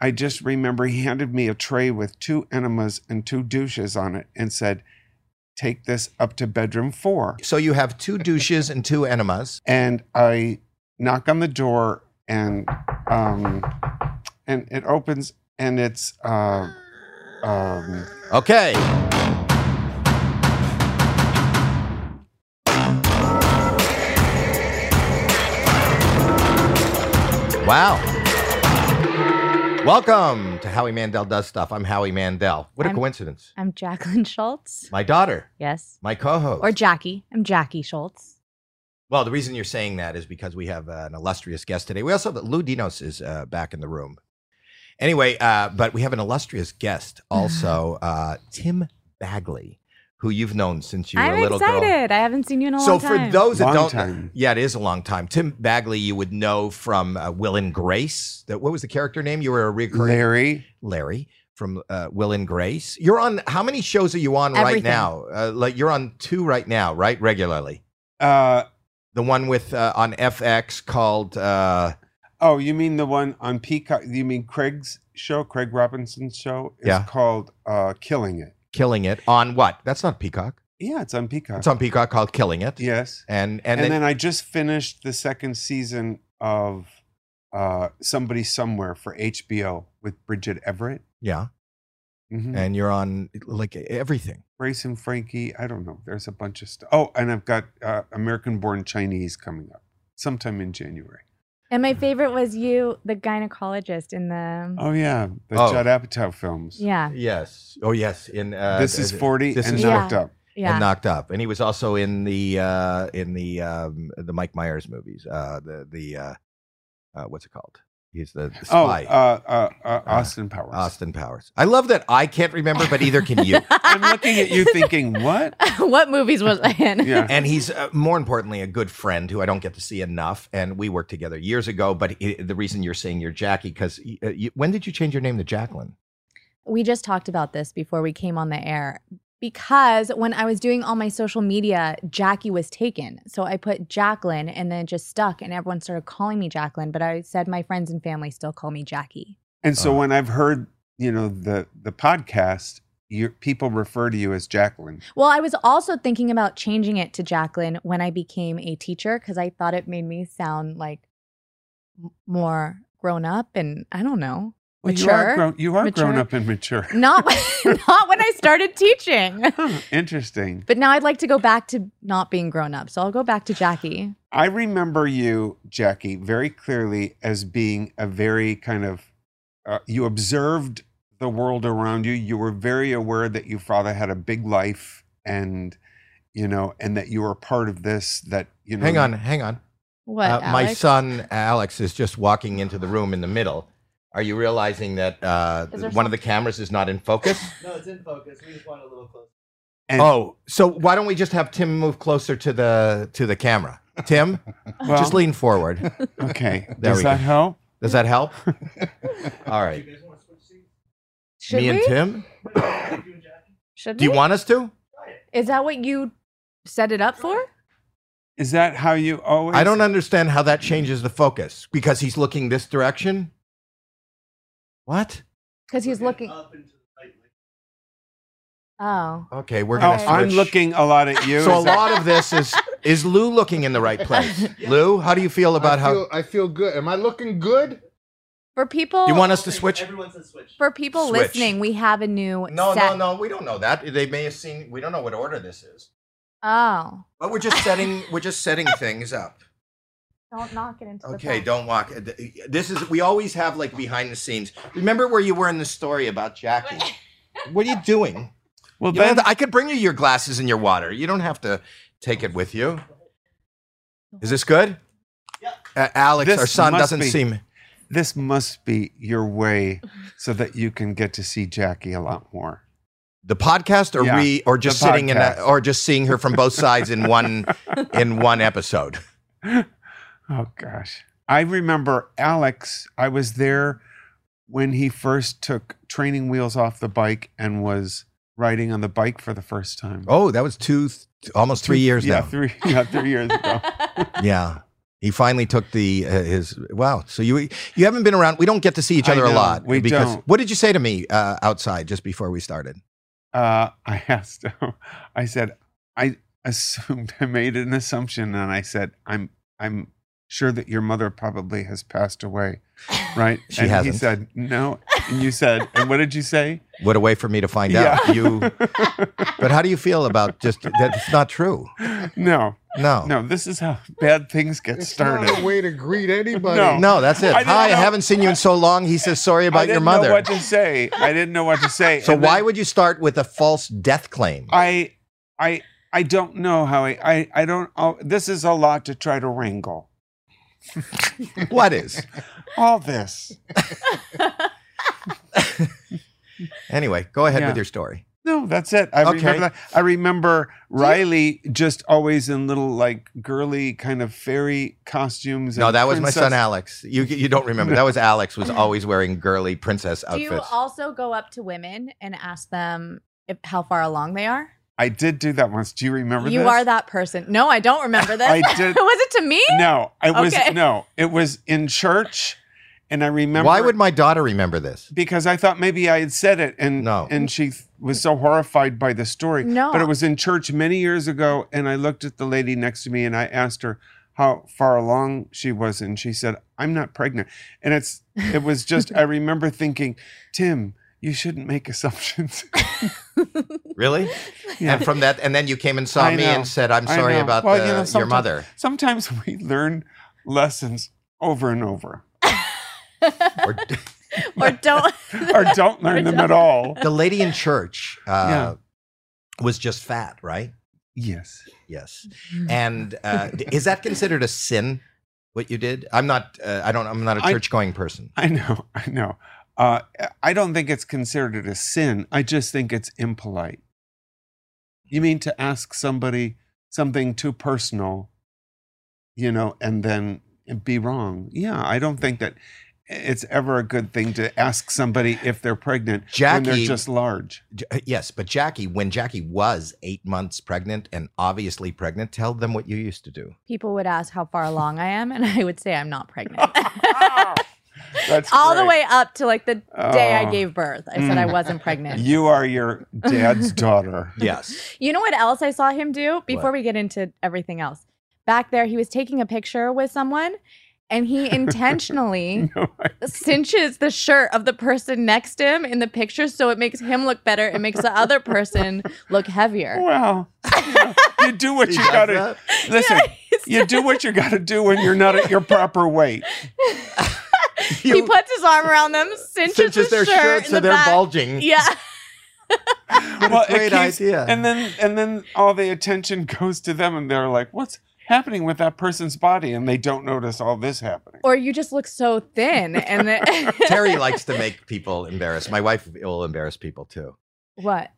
I just remember he handed me a tray with two enemas and two douches on it and said, Take this up to bedroom four. So you have two douches and two enemas. And I knock on the door and um, and it opens and it's uh, um, Okay. Wow. Welcome to Howie Mandel Does Stuff. I'm Howie Mandel. What a I'm- coincidence. I'm Jacqueline Schultz. My daughter, Yes. my co host. Or Jackie. I'm Jackie Schultz. Well, the reason you're saying that is because we have uh, an illustrious guest today. We also have Lou Dinos is uh, back in the room. Anyway, uh, but we have an illustrious guest also, uh, Tim Bagley, who you've known since you were a I'm little girl. excited. I haven't seen you in a So long for time. those that Long don't, time. yeah, it is a long time. Tim Bagley, you would know from uh, Will and Grace. That what was the character name? You were a recurring Larry. Larry from uh, Will and Grace. You're on. How many shows are you on right Everything. now? Uh, like you're on two right now, right? Regularly. Uh, The one with uh, on FX called uh, oh, you mean the one on Peacock? You mean Craig's show, Craig Robinson's show? It's Yeah. called uh, Killing It. "Killing It" on what? That's not Peacock. Yeah, it's on Peacock. It's on Peacock called "Killing It." yes. And And, and, then, then, I just finished the second season of uh, Somebody Somewhere for HBO with Bridget Everett. yeah, Mhm. and you're on like everything. Grace and Frankie. I don't know. There's a bunch of stuff. Oh, and I've got uh, American Born Chinese coming up sometime in January. and my favorite was you, the gynecologist in the. Oh yeah, the Oh. Judd Apatow films. Mm-hmm. Yeah. Yes. Oh yes. In uh, this is th- forty This and is Yeah. knocked up. and Yeah. knocked up. And he was also in the uh, in the um, the Mike Myers movies. Uh, the the uh, uh, what's it called? He's the, the Oh, spy. uh, uh, uh, Austin Powers. Austin Powers. I love that I can't remember, but either can you. I'm looking at you thinking, what? what movies was I in? Yeah. and he's uh, more importantly a good friend who I don't get to see enough. And we worked together years ago. But i the reason you're saying you're Jackie because uh, you, when did you change your name to Jacqueline? We just talked about this before we came on the air because when I was doing all my social media, Jackie was taken. So I put Jacqueline and then it just stuck, and everyone started calling me Jacqueline. But I said my friends and family still call me Jackie. And so Uh. when I've heard, you know, the the podcast, you people refer to you as Jacqueline. Well, I was also thinking about changing it to Jacqueline when I became a teacher because I thought it made me sound like m- more grown up and I don't know. Well, you are Mature. grown. You are grown Mature. up and mature. Not not when I started teaching. Huh, Interesting. But now I'd like to go back to not being grown up. So I'll go back to Jackie. I remember you, Jackie, very clearly as being a very kind of, uh, you observed the world around you. You were very aware that your father had a big life and, you know, and that you were a part of this, that, you know. Hang on, hang on. What? Uh, my Alex? son Alex is just walking into the room in the middle. Are you realizing that uh, Is there one of the cameras is not in focus? No, it's in focus. We just want a little closer. And, oh, so why don't we just have Tim move closer to the to the camera? Tim, well, just lean forward. okay. There Does we that go. help? Does that help? All Do you right. guys want to switch seats? Should Me and we? Tim. you and Jackie? Should Do you we? want us to? Is that what you set it up for? Is that how you always? Oh, I don't understand how that changes the focus because he's looking this direction. What? Because he's looking. up into the light. like- Oh. Okay, we're Oh, gonna. Okay. I'm switch. looking a lot at you. So a Is that- lot of this is is Lou looking in the right place? Lou, how do you feel about I how? feel, I feel good. Am I looking good? For people. Do you want us to Everyone- switch? Everyone says switch. for people Switch. listening, we have a new No, no, set. no. We don't know that. They may have seen. We don't know what order this is. Oh. But we're just setting. we're just setting things up. Don't knock it into Okay, don't walk. uh, This is. We always have like behind the scenes. Remember where you were in the story about Jackie? what are you doing? well, You don't then, have to- I could bring you your glasses and your water. You don't have to take it with you. Is this good? Yep. Uh, Alex, This our son must doesn't be- seem. this must be your way so that you can get to see Jackie a lot more. The podcast, or Yeah, we, or just the sitting in, a, podcast. or just seeing her from both sides in one, in one episode. Oh gosh. I remember Alex, I was there when he first took training wheels off the bike and was riding on the bike for the first time. Oh, that was two, th- almost Oh, three years yeah, now. Three, yeah, three years ago. yeah, He finally took the uh, his wow. So you you haven't been around. We don't get to see each I other a know, lot. we because don't. what did you say to me uh, outside just before we started? Uh, I asked him, I said, I assumed, I made an assumption, and I said, I'm, I'm sure that your mother probably has passed away, right? She and hasn't. he said, no. And you said, and what did you say? What a way for me to find out. Yeah. You but how do you feel about just that it's not true? no, No. no, this is how bad things get It's started. not a way to greet anybody. No. No, that's it. I didn't Hi, I know- haven't seen you in so long. He says sorry I about didn't your know mother. what to say. I didn't know what to say. So And why then would you start with a false death claim? I, I, I don't know how I, I, I don't, oh, this is a lot to try to wrangle. what is? All this. Anyway, go ahead Yeah. with your story. No, that's it. I Okay. remember. That. I remember Riley just always in little like girly kind of fairy costumes. No, and that was my son princess- Alex. You you don't remember. That was Alex was always wearing girly princess Do you outfits. also go up to women and ask them if, how far along they are? I did do that once. Do you remember? you this? are that person. No, I don't remember this. I did- was it to me? No, it was Okay. no, it was in church, and I remember. Why would my daughter remember this? Because I thought maybe I had said it, and No. and she th- was so horrified by the story. No. but it was in church many years ago, and I looked at the lady next to me, and I asked her how far along she was, and she said, "I'm not pregnant." And it's it was just I remember thinking, Tim, you shouldn't make assumptions. Really? Yeah. And from that, and then you came and saw I me know. and said, "I'm I sorry know. about Well, the, you know, your sometimes- mother." Sometimes we learn lessons over and over, Or, or don't. or don't learn them at all. the lady in church uh, was just fat, right? Yes. Yes. And uh, d- is that considered a sin? What you did? I'm not. Uh, I don't. I'm not a I- church going person. I know, I know. Uh, I don't think it's considered a sin. I just think it's impolite. You mean to ask somebody something too personal, you know, and then be wrong? Yeah, I don't think that it's ever a good thing to ask somebody if they're pregnant when Jackie- they're just large. J- uh, Yes, but Jackie, when Jackie was eight months pregnant and obviously pregnant, tell them what you used to do. People would ask how far along I am, and I would say I'm not pregnant. That's Oh. All the great. way up to like the day I Oh. gave birth. I said I Mm. wasn't pregnant. You are your dad's daughter. Yes. You know what else I saw him do before we get into everything else? Back there, he was taking a picture with someone and he intentionally No, I- cinches the shirt of the person next to him in the picture so it makes him look better. It makes the other person look heavier. well, you, know, you do what you got to. Listen, you do what you got to do when you're not at your proper weight. he puts his arm around them, cinches, the their shirt, shirt, in so the they're back. bulging. Yeah. well, it great keeps- idea. And then and then all the attention goes to them, and they're like, "What's happening with that person's body?" And they don't notice all this happening. Or you just look so thin. And it- Terry likes to make people embarrassed. My wife will embarrass people too. what?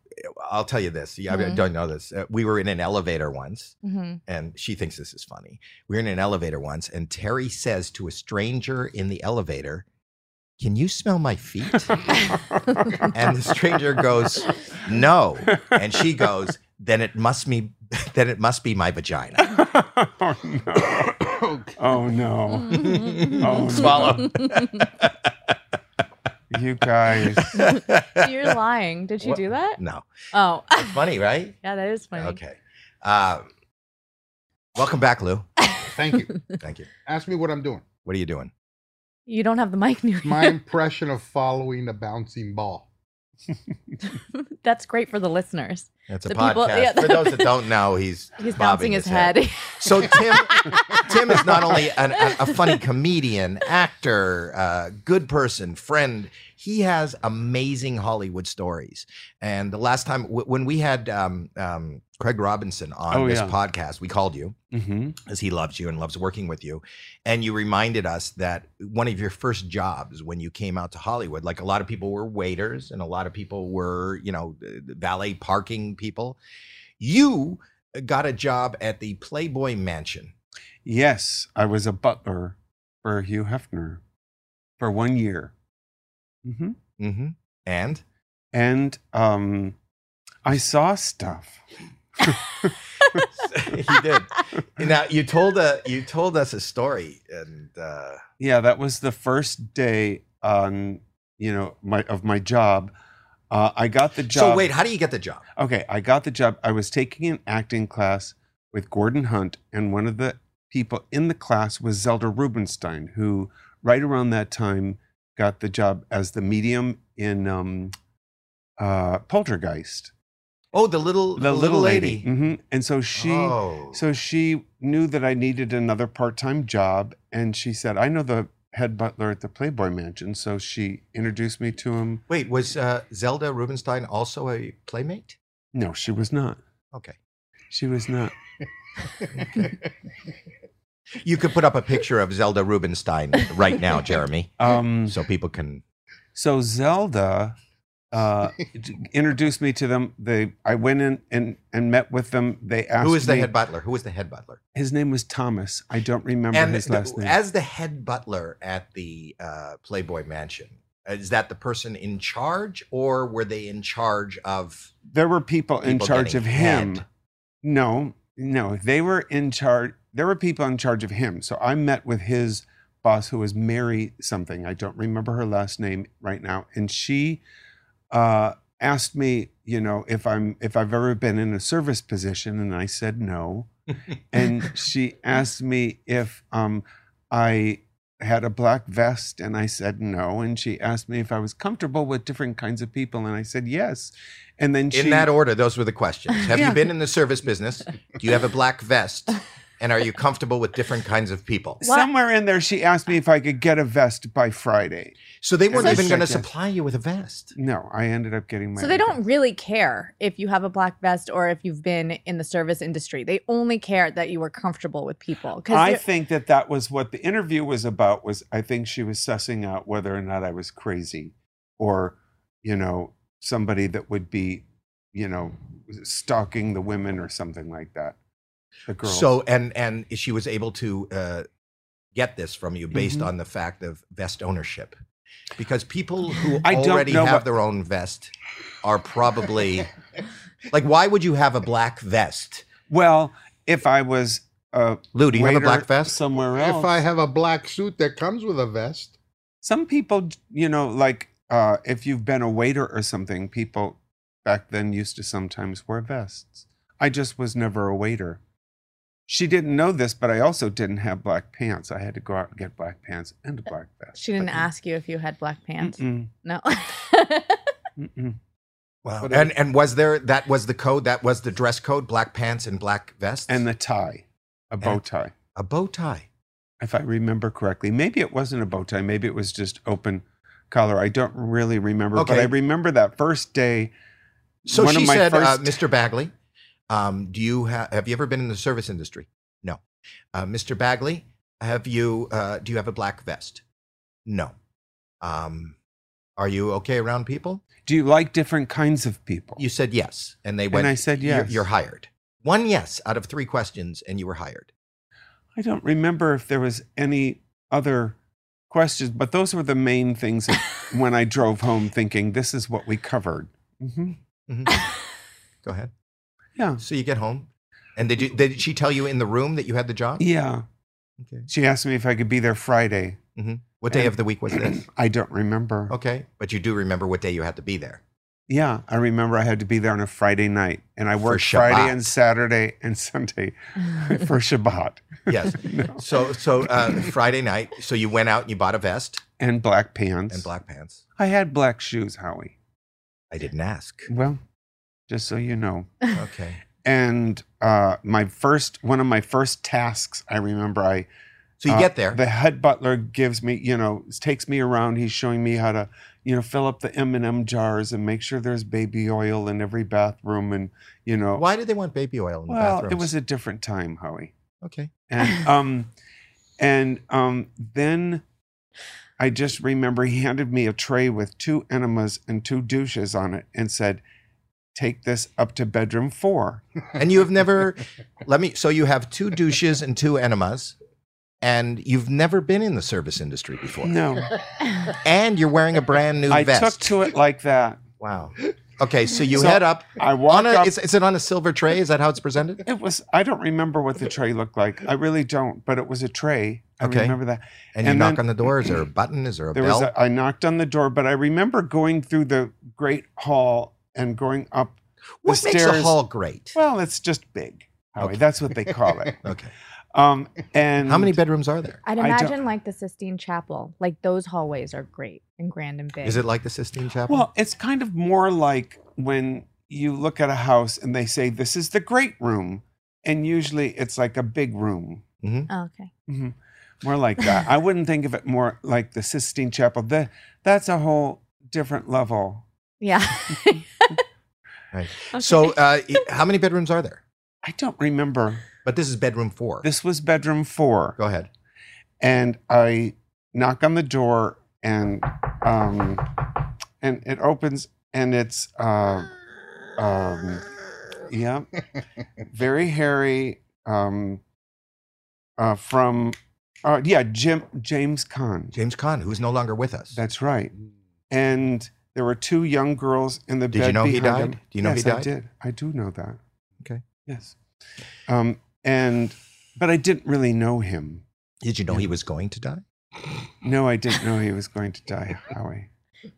I'll tell you this. Yeah, I mean, I Mhm. don't know this. Uh, we were in an elevator once, hmm and she thinks this is funny. We were in an elevator once, and Terry says to a stranger in the elevator, "Can you smell my feet?" and the stranger goes, "No," and she goes, "Then it must be then it must be my vagina." oh no! Oh no! Oh, Swallow. You guys, You're lying. Did she What? do that? no, Oh, funny, right? yeah, that is funny. Okay. Um, welcome back, Lou. Thank you. Thank you. Ask me what I'm doing. What are you doing? You don't have the mic near My you. impression of following a bouncing ball. That's great for the listeners. That's a The podcast. people- yeah, For those that don't know, he's He's bobbing bouncing his, head. So Tim, Tim is not only an, a, a funny comedian, actor, uh, good person, friend. He has amazing Hollywood stories. And the last time w- when we had um, um, Craig Robinson on Oh, this yeah. podcast, we called you Mhm. as he loves you and loves working with you. And you reminded us that one of your first jobs when you came out to Hollywood, like a lot of people were waiters and a lot of people were, you know, uh, valet parking people. You got a job at the Playboy Mansion. yes, I was a butler for Hugh Hefner for one year, hmm Mm-hmm. And and um, I saw stuff. he did. Now you told a you told us a story, and uh, yeah, that was the first day on you know my of my job. Uh, I got the job. so wait, how do you get the job? Okay, I got the job. I was taking an acting class with Gordon Hunt, and one of the people in the class was Zelda Rubinstein, who right around that time got the job as the medium in um, uh, Poltergeist, Oh, the little the little lady. hmm And so she. oh. So she knew that I needed another part time job. And she said, I know the head butler at the Playboy Mansion. So she introduced me to him. wait, was uh, Zelda Rubinstein also a playmate? No, she was not. Okay, She was not. you could put up a picture of Zelda Rubinstein right now, Jeremy, Um, so people can. so Zelda uh, d- introduced me to them. They, I went in and, and met with them. They asked Who is the me- head butler? Who is the head butler? His name was Thomas. I don't remember And his the- last name. as the head butler at the uh, Playboy Mansion, is that the person in charge, or were they in charge of? there were people, in People charge of getting him. head. No, no, they were in charge. There were people in charge of him. So I met with his boss, who was Mary something. I don't remember her last name right now, and she uh, asked me, you know, if I'm if I've ever been in a service position, and I said no. and she asked me if um, I had a black vest, and I said no. And she asked me if I was comfortable with different kinds of people, and I said yes. And then she In that order, those were the questions. Have Yeah. you been in the service business? Do you have a black vest? And are you comfortable with different kinds of people? What? Somewhere in there, she asked me if I could get a vest by Friday. So they weren't So even she- going to supply you with a vest. No, I ended up getting my. So they own don't vest. really care if you have a black vest or if you've been in the service industry. They only care that you were comfortable with people. I Because think that that was what the interview was about. Was I think she was sussing out whether or not I was crazy, or you know somebody that would be, you know, stalking the women or something like that. The girls. So and and she was able to uh, get this from you based Mhm. on the fact of vest ownership, because people who I don't already know have what- their own vest are probably like, why would you have a black vest? well, if I was a Lou, do you have a waiter black vest? somewhere else? if I have a black suit that comes with a vest, some people you know like uh, if you've been a waiter or something people back then used to sometimes wear vests i just was never a waiter she didn't know this but i also didn't have black pants i had to go out and get black pants and a black vest Uh, she didn't But- ask you if you had black pants. Mm-mm, No. mm-mm. Wow. But And and was there that was the code that was the dress code black pants and black vests and the tie a bow And- tie a bow tie. if i remember correctly maybe it wasn't a bow tie maybe it was just open collar i don't really remember but Okay. i remember that first day So One of she my said, uh, first- Mr. Bagley, um, do you ha- have you ever been in the service industry? No. Uh, Mr. Bagley, have you uh, do you have a black vest? No. Um, are you okay around people? do you like different kinds of people You said yes, and they went. I said "You're- yes." You're, hired. One yes out of three questions, and you were hired. I don't remember if there was any other questions, but those were the main things that when I drove home thinking this is what we covered. Mm-hmm. hmm Go ahead. Yeah. So you get home, and did you, did she tell you in the room that you had the job? Yeah. Okay. She asked me if I could be there Friday. What day And- of the week was this? I don't remember. Okay, but you do remember what day you had to be there. Yeah. I remember I had to be there on a Friday night and I For worked Friday Shabbat. and Saturday and Sunday for Shabbat Yes. So so uh, Friday night. So you went out and you bought a vest and black pants. and black pants. I had black shoes, Howie. I didn't ask. Well, just so you know. Okay. And uh, my first, one of my first tasks, I remember I So you Uh, get there. the head butler gives me you know takes me around he's showing me how to you know fill up the m&m jars and make sure there's baby oil in every bathroom and you know Why did they want baby oil in the well bathrooms? it was a different time howie okay. and um and um then i just remember he handed me a tray with two enemas and two douches on it and said take this up to bedroom four And you have never. let me. So you have two douches and two enemas, and you've never been in the service industry before. no And you're wearing a brand new i vest. took to it like that wow. Okay, so you So head up. I walk On a, up. is, is it on a silver tray? Is that how it's presented? It was. I don't remember what the tray looked like. I really don't. But it was a tray. I Okay. remember that. And you And knock then- on the door. Is there a button? Is there a There bell? was. A, I knocked on the door, but I remember going through the great hall and going up. what the makes a stairs- hall great? Well, it's just big. Howie. Okay. That's what they call it. Okay. Um, and How many bedrooms are there? I'd I don't- imagine like the Sistine Chapel, like those hallways are great and grand and big. Is it like the Sistine Chapel? Well, it's kind of more like when you look at a house and they say, This is the great room. And usually it's like a big room. Oh, okay. Mhm. More like that. I wouldn't think of it more like the Sistine Chapel. The, that's a whole different level. Yeah. Right. Okay. So, uh, i- how many bedrooms are there? I don't remember. But this is bedroom four. This was bedroom four. Go ahead. And I knock on the door and um, and it opens and it's uh, um, yeah, very hairy. Um, uh, from uh, yeah, Jim James Caan. James Caan, who is no longer with us. That's right. And there were two young girls in the Did bed. you know he behind died? him. Do you know yes, he died? I did. I do know that. Okay. Yes. Um, and but I didn't really know him. Did you know he was going to die? No, I didn't know he was going to die, Howie.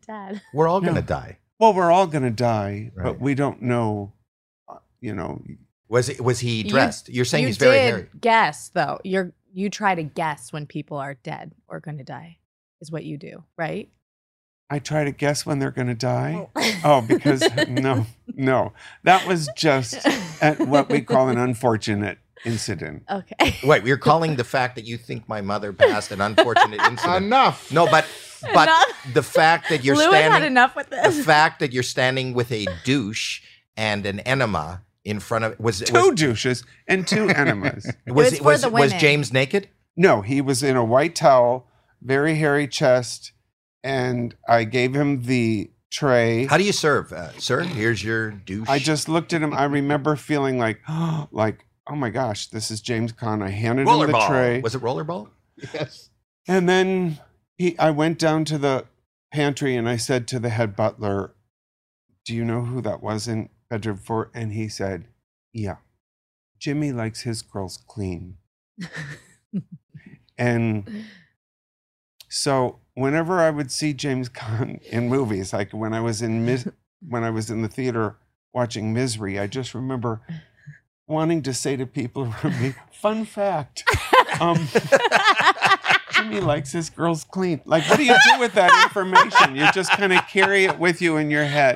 Dad. We're all going to No. die. Well, we're all going to die, Right. but we don't know. uh, You know, Was it, was he You- dressed? You, are saying you he's very did hairy. guess though. You're you try to guess when people are dead or going to die, is what you do, right? I try to guess when they're going to die. Oh, because no, no, that was just at what we call an unfortunate incident. Okay. Wait, you're calling the fact that you think my mother passed an unfortunate incident. Enough. No, but but Enough. the fact that you're Lewis had standing enough with the this. fact that you're standing with a douche and an enema in front of was Two was douches and two enemas. was It's for was, the was women. James naked? No, he was in a white towel, very hairy chest, and I gave him the tray. How do you serve, uh, sir? Here's your douche. I just looked at him. I remember feeling like, like, oh my gosh, this is James Conn. I handed him the rollerball. tray. Was it rollerball? Yes. And then he, I went down to the pantry and I said to the head butler, Do you know who that was in bedroom four? And he said, Yeah, Jimmy likes his girls clean. and so whenever I would see James Caan in movies, like when I was in Mis- when I was in the theater watching Misery, I just remember wanting to say to people around me, "Fun fact." Um, Jimmy likes his girls clean. Like, what do you do with that information? You just kind of carry it with you in your head.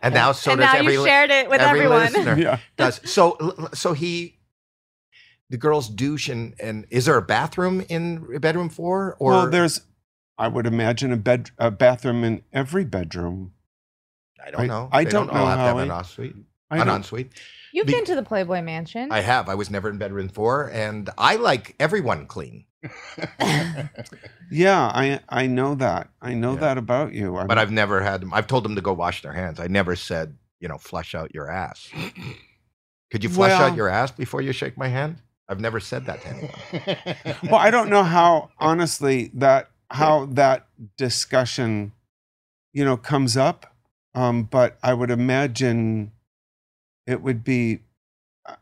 And now so and does now every you li- shared it with every everyone. listener. Yeah. does. So l- l- so he the girls douche and and is there a bathroom in bedroom 4 or well, there's, I would imagine a bed, a bathroom in every bedroom. I don't I- know. I They don't all know, have to have an Howie. off suite. I An don't- en suite. You've Be- been to the Playboy Mansion. I have. I was never in bedroom 4 and I like everyone clean. yeah, I I know that. I know Yeah. that about you. I'm- But I've never had them. I've told them to go wash their hands. I never said, you know, flush out your ass. Could you flush Well- out your ass before you shake my hand? I've never said that to anyone. well, I don't know how honestly that how that discussion, you know, comes up. Um, but I would imagine it would be. I-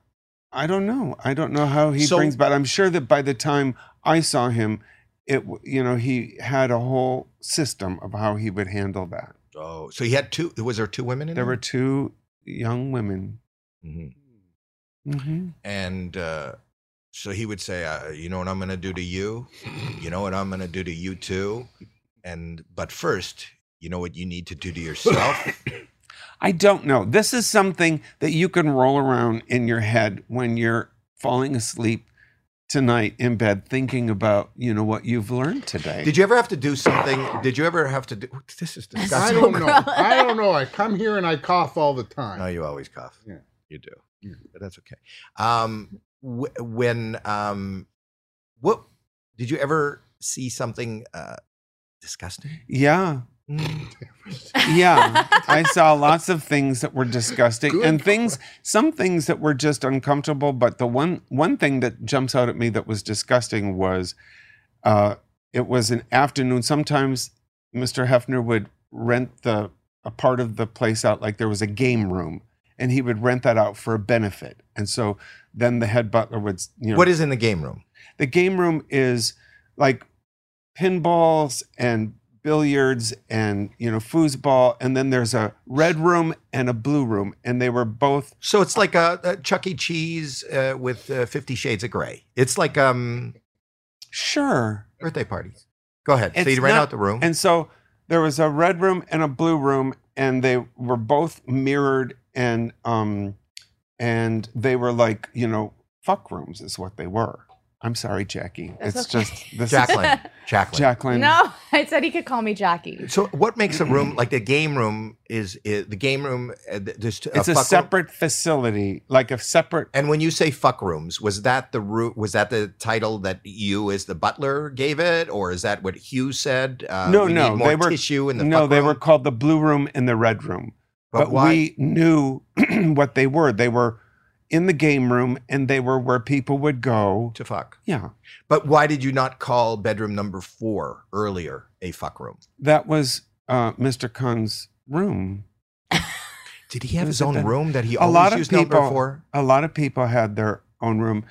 I don't know. I don't know how he So- brings, but I'm sure that by the time I saw him, it w- you know he had a whole system of how he would handle that. Oh, so he had two. Was there two women in There were two young women. Mhm. hmm and uh, so he would say, uh, "You know what I'm going to do to you. You know what I'm going to do to you too. And but first, you know what you need to do to yourself. I don't know. This is something that you can roll around in your head when you're falling asleep tonight in bed, thinking about you know what you've learned today. did you ever have to do something? Did you ever have to do? This is I disgusting. don't So know. gross. I don't know. I come here and I cough all the time. No, you always cough. Yeah. you do. Yeah. But that's okay. Um, wh- when um, what did you ever see something uh, disgusting? yeah, yeah. I saw lots of things that were disgusting Good and things, some things that were just uncomfortable. But the one one thing that jumps out at me that was disgusting was, uh, it was an afternoon. Sometimes Mr. Hefner would rent the a part of the place out, like there was a game room, and he would rent that out for a benefit. And so then the head butler would, you know, What is in the game room? the game room is like pinballs and billiards and you know foosball and then there's a red room and a blue room and they were both So it's like a, a Chuck E. Cheese uh, with uh, Fifty Shades of Grey. It's like um sure birthday parties. Go ahead. so It's you ran not- out the room. and so there was a red room and a blue room and they were both mirrored and um and they were like you know fuck rooms is what they were i'm sorry jackie That's it's okay. just this is Jacqueline. Jacqueline. jacqueline No, I said he could call me Jackie. So what makes a room like the game room is, is the game room? Uh, th- there's t- it's a fuck room? separate facility like a separate And when you say fuck rooms, was that the root? Was that the title that you, as the butler, gave it, or is that what Hugh said? Uh, No, we no, need more they were- tissue in the no fuck they room? were called the blue room and the red room But, but, why? we knew what they were they were in the game room and they were where people would go to fuck. yeah But why did you not call bedroom number four earlier a fuck room? that was uh, mr Khan's room Did he have Was his it own that- room that he A always lot of used number people- four? a lot of people had their own room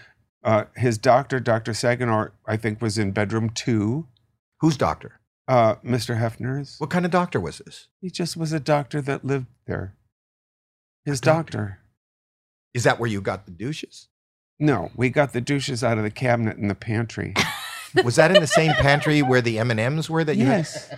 uh, his doctor dr saginaw i think was in bedroom two Whose doctor? uh, mr hefner's What kind of doctor was this? he just was a doctor that lived there his A doctor? doctor Is that where you got the douches? no we got the douches out of the cabinet in the pantry Was that in the same pantry where the M and M's were that you had? yes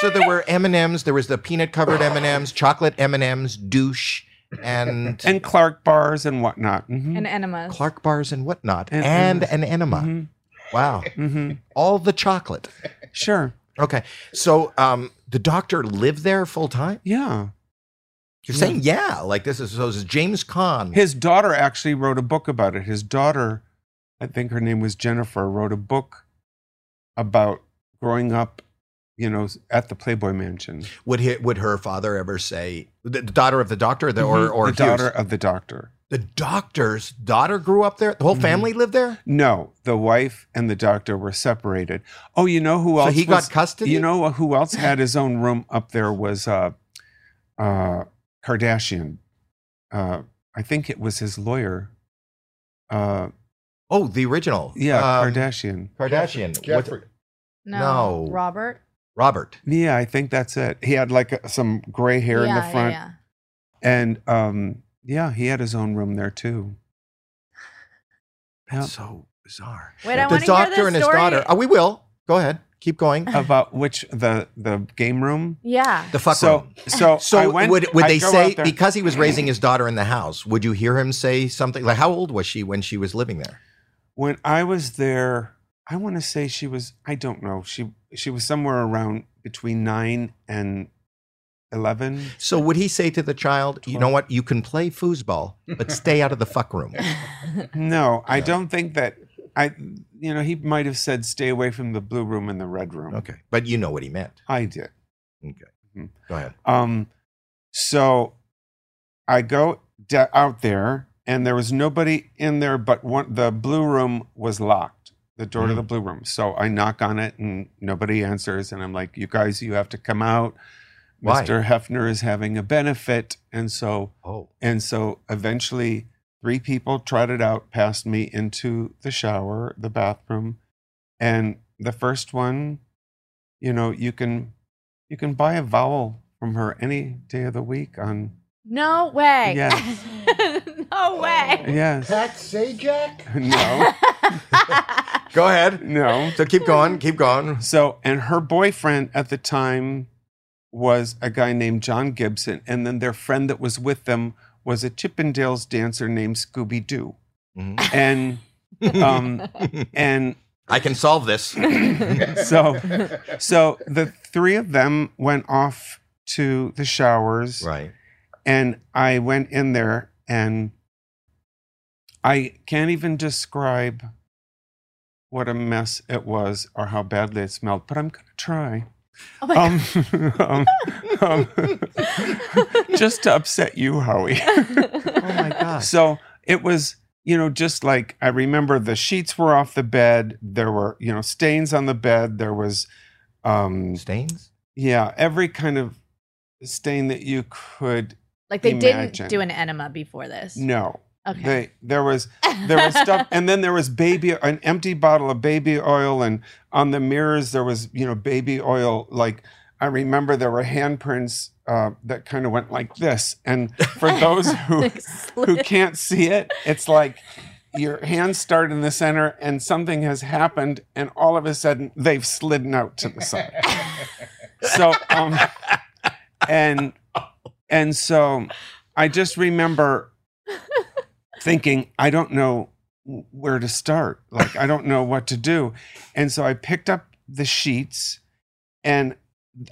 So there were M and M's. There was the peanut covered M and M's, chocolate M and M's, douche, and and clark bars and whatnot Mhm. And enemas. Clark bars and whatnot, And and, enemas. an enema. Mhm. Wow, hmm all the chocolate. Sure. Okay, so um, the doctor lived there full time. Yeah. You're saying yeah, like this is so this is James Caan. His daughter actually wrote a book about it. His daughter, I think her name was Jennifer, wrote a book about growing up, you know, at the Playboy Mansion. would he, would her father ever say the, the daughter of the doctor the, or or Mm-hmm. the Hughes? daughter of the doctor. The doctor's daughter grew up there. The whole Mhm. family lived there. No, the wife and the doctor were separated. Oh, you know who So else? he was- got custody. You know who else had his own room up there was uh, uh, Kardashian. Uh, I think it was his lawyer. Uh, Oh, the original. yeah, Um, Kardashian. Kardashian. What- Jeffrey. No. No. Robert. Robert. Yeah, I think that's it. He had like a, some gray hair in yeah, the front, Yeah, yeah. and um, yeah, he had his own room there too. Yeah. So bizarre. Wait, I the want to hear doctor this and his story. daughter. Oh, we will. Go ahead. Keep going. About which the the game room. yeah. The fuck so room. so So I went, would would I they go say out there- because he was raising his daughter in the house? Would you hear him say something like, "How old was she when she was living there?" when I was there? I want to say she was. I don't know. She she was somewhere around between nine and eleven. So would he say to the child, "You know what? You can play foosball, but stay out of the fuck room." No, I Yeah. don't think that. I you know he might have said stay away from the blue room and the red room. Okay, but you know what he meant. I did. Go ahead. Um, so I go da- out there, and there was nobody in there, but one, the blue room was locked, the door to the blue room. So I knock on it, and nobody answers. And I'm like, "You guys, you have to come out. Why? Mr. Hefner is having a benefit." And so, Oh, and so, eventually, three people trotted out past me into the shower, the bathroom, and the first one, you know, you can you can buy a vowel from her any day of the week on No way. Yes. no way. yes. Pat Sajak? No. go ahead. No. So keep going. Keep going. So, and her boyfriend at the time was a guy named John Gibson, and then their friend that was with them was a Chippendales dancer named Scooby Doo. Mhm. And um and I can solve this. so so the three of them went off to the showers. Right. and I went in there and I can't even describe what a mess it was or how badly it smelled, but I'm gonna try. Oh my Um, um, um, just to upset you, Howie. Oh my god. So it was, you know, just like I remember the sheets were off the bed. There were, you know, stains on the bed. There was, um, Stains. yeah, every kind of stain that you could Like they Imagine. didn't do an enema before this. no. Okay. They, there was there was stuff and then there was baby an empty bottle of baby oil and on the mirrors there was you know baby oil like i remember there were handprints uh, that kind of went like this and for those who Like who slip- can't see it it's like your hands start in the center and something has happened and all of a sudden they've slidden out to the side so um and and so i just remember thinking i don't know where to start like i don't know what to do and so i picked up the sheets and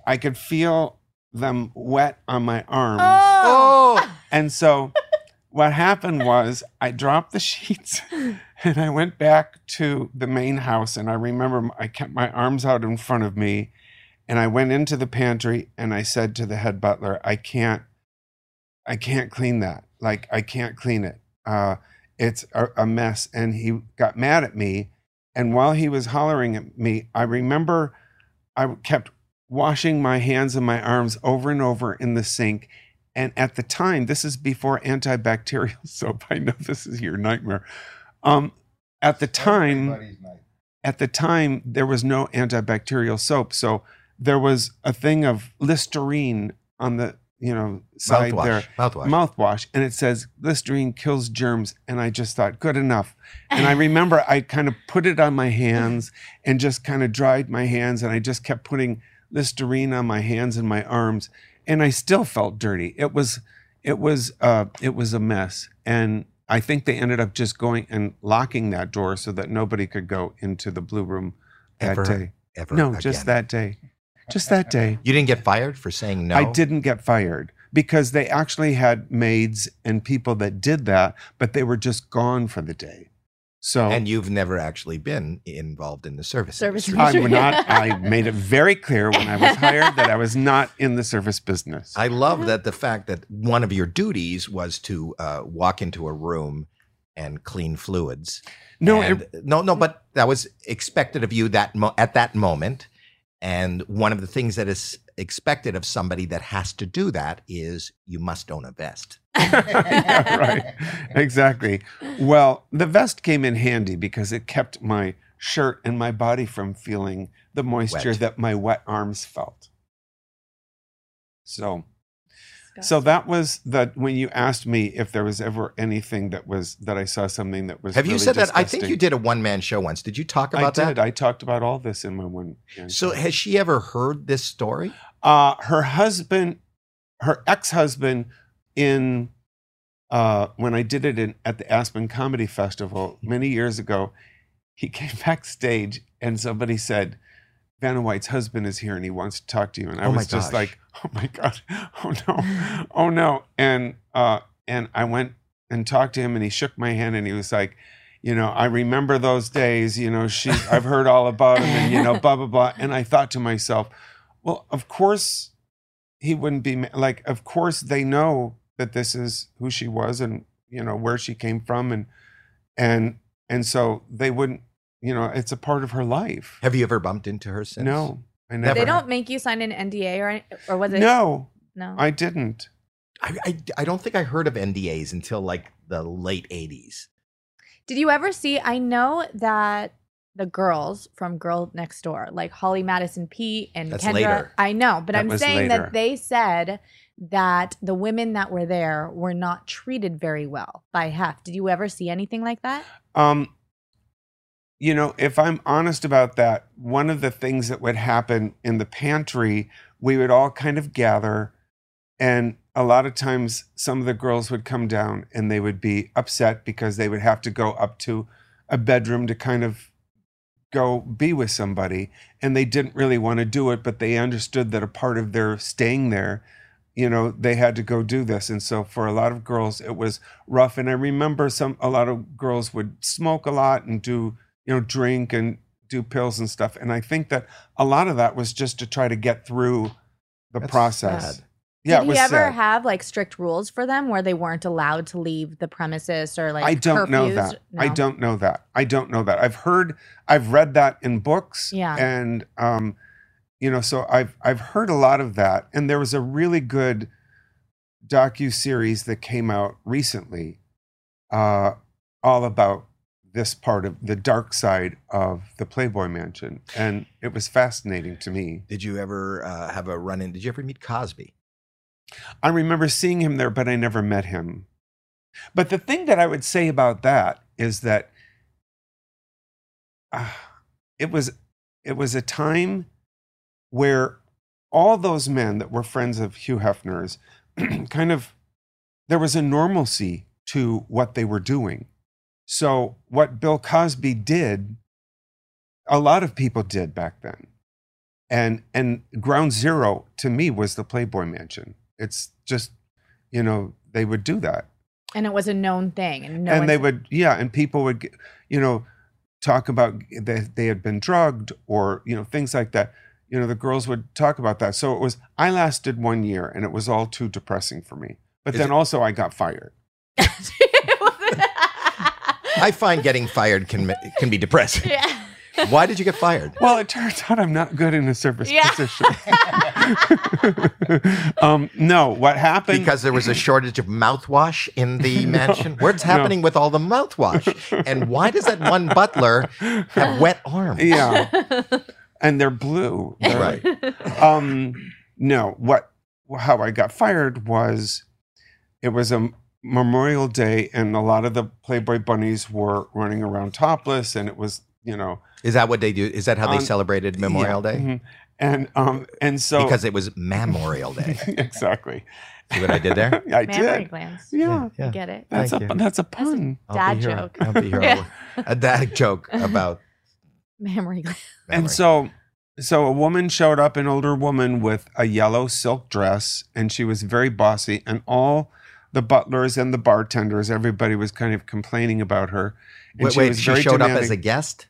i could feel them wet on my arms Oh. Oh, and so what happened was I dropped the sheets and I went back to the main house. And I remember m- I kept my arms out in front of me and I went into the pantry and I said to the head butler, I can't, I can't clean that. Like, I can't clean it. Uh, it's a, a mess. And he got mad at me. And while he was hollering at me, I remember I kept washing my hands and my arms over and over in the sink and at the time, this is before antibacterial soap. I know this is your nightmare. Um, at the time, Everybody's nice. at the time, there was no antibacterial soap, so there was a thing of Listerine on the you know side there, mouthwash. Mouthwash. mouthwash, and it says Listerine kills germs. And I just thought, good enough. And I remember I kind of put it on my hands and just kind of dried my hands, and I just kept putting Listerine on my hands and my arms, and I still felt dirty. It was, it was, uh, it was a mess. And I think they ended up just going and locking that door so that nobody could go into the blue room that Ever day. Ever No, just again. that day, just that day. You didn't get fired for saying no. I didn't get fired because they actually had maids and people that did that, but they were just gone for the day. So And you've never actually been involved in the service. Service industry. you- I'm not, I made it very clear when I was hired that I was not in the service business. I love that the fact that one of your duties was to uh, walk into a room and clean fluids. no, And- it, no, no. But that was expected of you that mo- at that moment. And one of the things that is expected of somebody that has to do that is you must own a vest. yeah, right. Exactly. Well, the vest came in handy because it kept my shirt and my body from feeling the moisture Wet. that my wet arms felt. So. So that was that when you asked me if there was ever anything that was that I saw something that was. Have you really said that? I think disgusting. you did a one man show once. Did you talk about I that? did. I talked about all this in my one. man So show. has she ever heard this story? uh, her husband, her ex-husband, in uh, when I did it in, at the Aspen Comedy Festival many years ago, he came backstage and somebody said, "Vanna White's husband is here and he wants to talk to you." And I Oh my was just gosh. like, "Oh my god, oh no, oh no!" And uh, and I went and talked to him and he shook my hand and he was like. You know, I remember those days. You know, she. I've heard all about him, and you know, blah blah blah. And I thought to myself, well, of course he wouldn't be ma- like of course they know that this is who she was and you know where she came from and and and so they wouldn't you know it's a part of her life. Have you ever bumped into her since? No. I Never. never They don't make you sign an NDA or any- or was it? No, No. I didn't. I, I, I don't think I heard of NDAs until like the late 80s. Did you ever see? I know that the girls from Girl Next Door, like Holly Madison Pete and That's Kendra, later. I know, but That I'm was saying later. that they said that the women that were there were not treated very well by Hef. Did you ever see anything like that? Um you know, if I'm honest about that, one of the things that would happen in the pantry, we would all kind of gather and a lot of times some of the girls would come down and they would be upset because they would have to go up to a bedroom to kind of go be with somebody and they didn't really want to do it but they understood that a part of their staying there you know they had to go do this and so for a lot of girls it was rough and i remember some a lot of girls would smoke a lot and do you know drink and do pills and stuff and i think that a lot of that was just to try to get through the That's process sad. yeah, Did it he was ever sad. have like strict rules for them where they weren't allowed to leave the premises or like I don't know curfews? that. I No. don't know that. I don't know that. I've heard, I've read that in books, Yeah. and um, you know so i've i've heard a lot of that and there was a really good docu series that came out recently uh all about this part of the dark side of the playboy mansion and it was fascinating to me Did you ever uh, have a run in? Did you ever meet Cosby? i remember seeing him there but i never met him but the thing that i would say about that is that uh, it was it was a time where all those men that were friends of Hugh Hefner's kind of there was a normalcy to what they were doing. So what Bill Cosby did, a lot of people did back then. And and ground zero to me was the Playboy Mansion. It's just, you know, they would do that and it was a known thing, and no and they one's- would yeah and people would get- you know talk about that they had been drugged or you know things like that you know the girls would talk about that so it was i lasted one year and it was all too depressing for me but Is then it- also i got fired I find getting fired can can be depressing. yeah. Why did you get fired? well it turns out i'm not good in a service Yeah. position um, no what happened Because there was a shortage of mouthwash in the No, mansion. What's happening with all the mouthwash? And why does that one butler have wet arms? yeah and they're blue They're- Right. um no what how i got fired was it was a memorial day and a lot of the playboy bunnies were running around topless and it was you know Is that what they do? Is that how they Um, celebrated Memorial yeah, Day? mhm. and um and so because it was Memorial Day. exactly See what I did there? i Mammary did glands. yeah Yeah. Get it? that's Thank a you. that's a That's a- pun I'll be Dad here- joke. I'll be here. Yeah. all- A dad joke about. Mammary glands. memory. and so so a woman showed up an older woman with a yellow silk dress and she was very bossy and all the butlers and the bartenders everybody was kind of complaining about her and wait, wait, was she very showed up as a demanding. guest.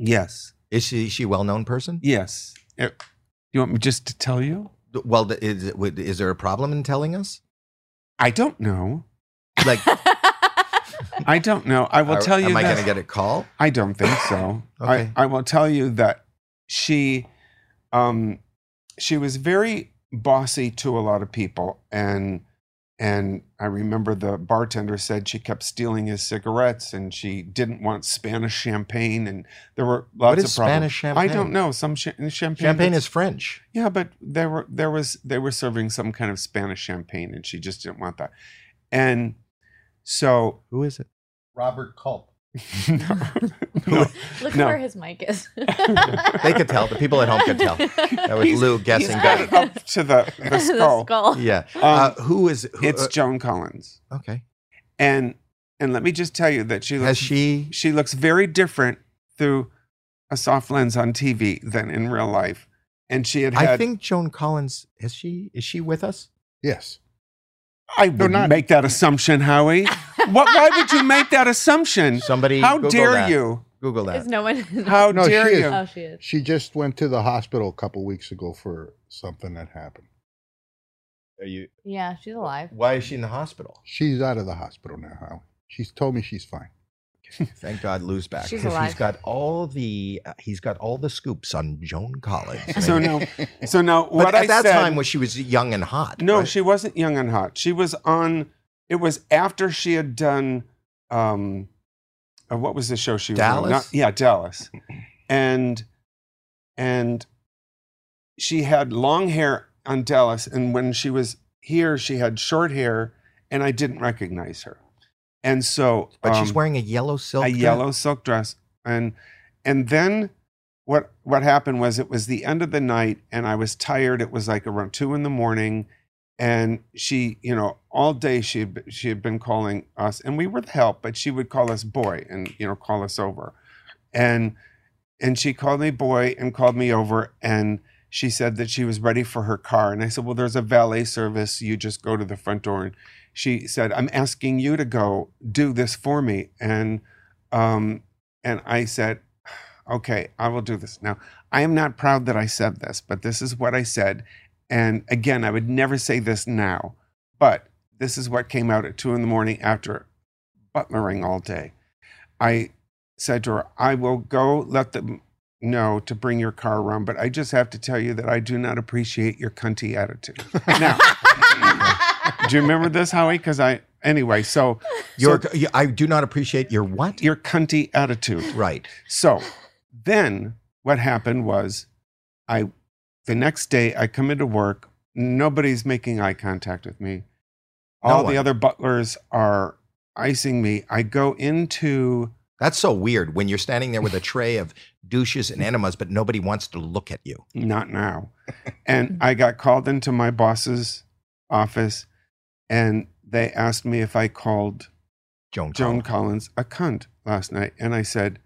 yes Is she is she a well known person? yes It- you want me just to tell you Well, th- is it- would- is there a problem in telling us? i don't know Like, i don't know i will are- tell you Am I that- going to get a call? I don't think so. Okay. I, I will tell you that she um she was very bossy to a lot of people and and I remember the bartender said she kept stealing his cigarettes and she didn't want Spanish champagne and there were lots what is of problems. Spanish champagne? I don't know. Some cha- champagne. Champagne that's- is French. yeah, but there were there was they were serving some kind of Spanish champagne and she just didn't want that. And so Who is it? Robert Culp. no, no. Look No. where his mic is. They could tell. The people at home could tell. That was Lou He's guessing. got back. it up to the, the skull. Yeah. Um, Uh, who is? Who, it's Joan Collins, uh, okay. and and let me just tell you that she looks, Has she? she looks very different through a soft lens on TV than in real life, and she had had. I think Joan Collins. Has she? Is she with us? Yes. I would not- not make that assumption, Howie. what, why would you make that assumption? Somebody. How Google dare that. you? Google that. Is no one? How No, she dare is. you? Oh, she is. She just went to the hospital a couple weeks ago for something that happened. Are you? Yeah, she's alive. Why is she in the hospital? She's out of the hospital now, Howie. She's told me she's fine. Thank God, Lou's back. She's 'cause He's alive. got all the. uh, he's got all the scoops on Joan Collins. So now, so now, But what at I that said, time, when she was young and hot. No, right? she wasn't young and hot. She was on. It was after she had done. Um, uh, what was the show she was on? Dallas? Not- yeah, Dallas, and and she had long hair on Dallas, and when she was here, she had short hair, and I didn't recognize her, and so. But she's um, wearing a yellow silk. a dress. yellow silk dress and and then what what happened was it was the end of the night and i was tired it was like around two in the morning and she you know all day she had, be- she had been calling us and we were the help but she would call us boy and you know call us over and and she called me boy and called me over and she said that she was ready for her car and i said well there's a valet service you just go to the front door and she said i'm asking you to go do this for me and um and i said okay i will do this now i am not proud that i said this but this is what i said and again i would never say this now but this is what came out at two in the morning after butlering all day i said to her, I will go let the no to bring your car around, but I just have to tell you that I do not appreciate your cunty attitude. Now, do you remember this, Howie? Because I, anyway, so Your, I do not appreciate your what? your cunty attitude. right. So then what happened was I the next day I come into work, nobody's making eye contact with me. No All one. the other butlers are icing me. I go into That's so weird when you're standing there with a tray of douches and enemas, but nobody wants to look at you. not now. and I got called into my boss's office and they asked me if I called Joan. Joan Collins. Collins a cunt last night. And I said,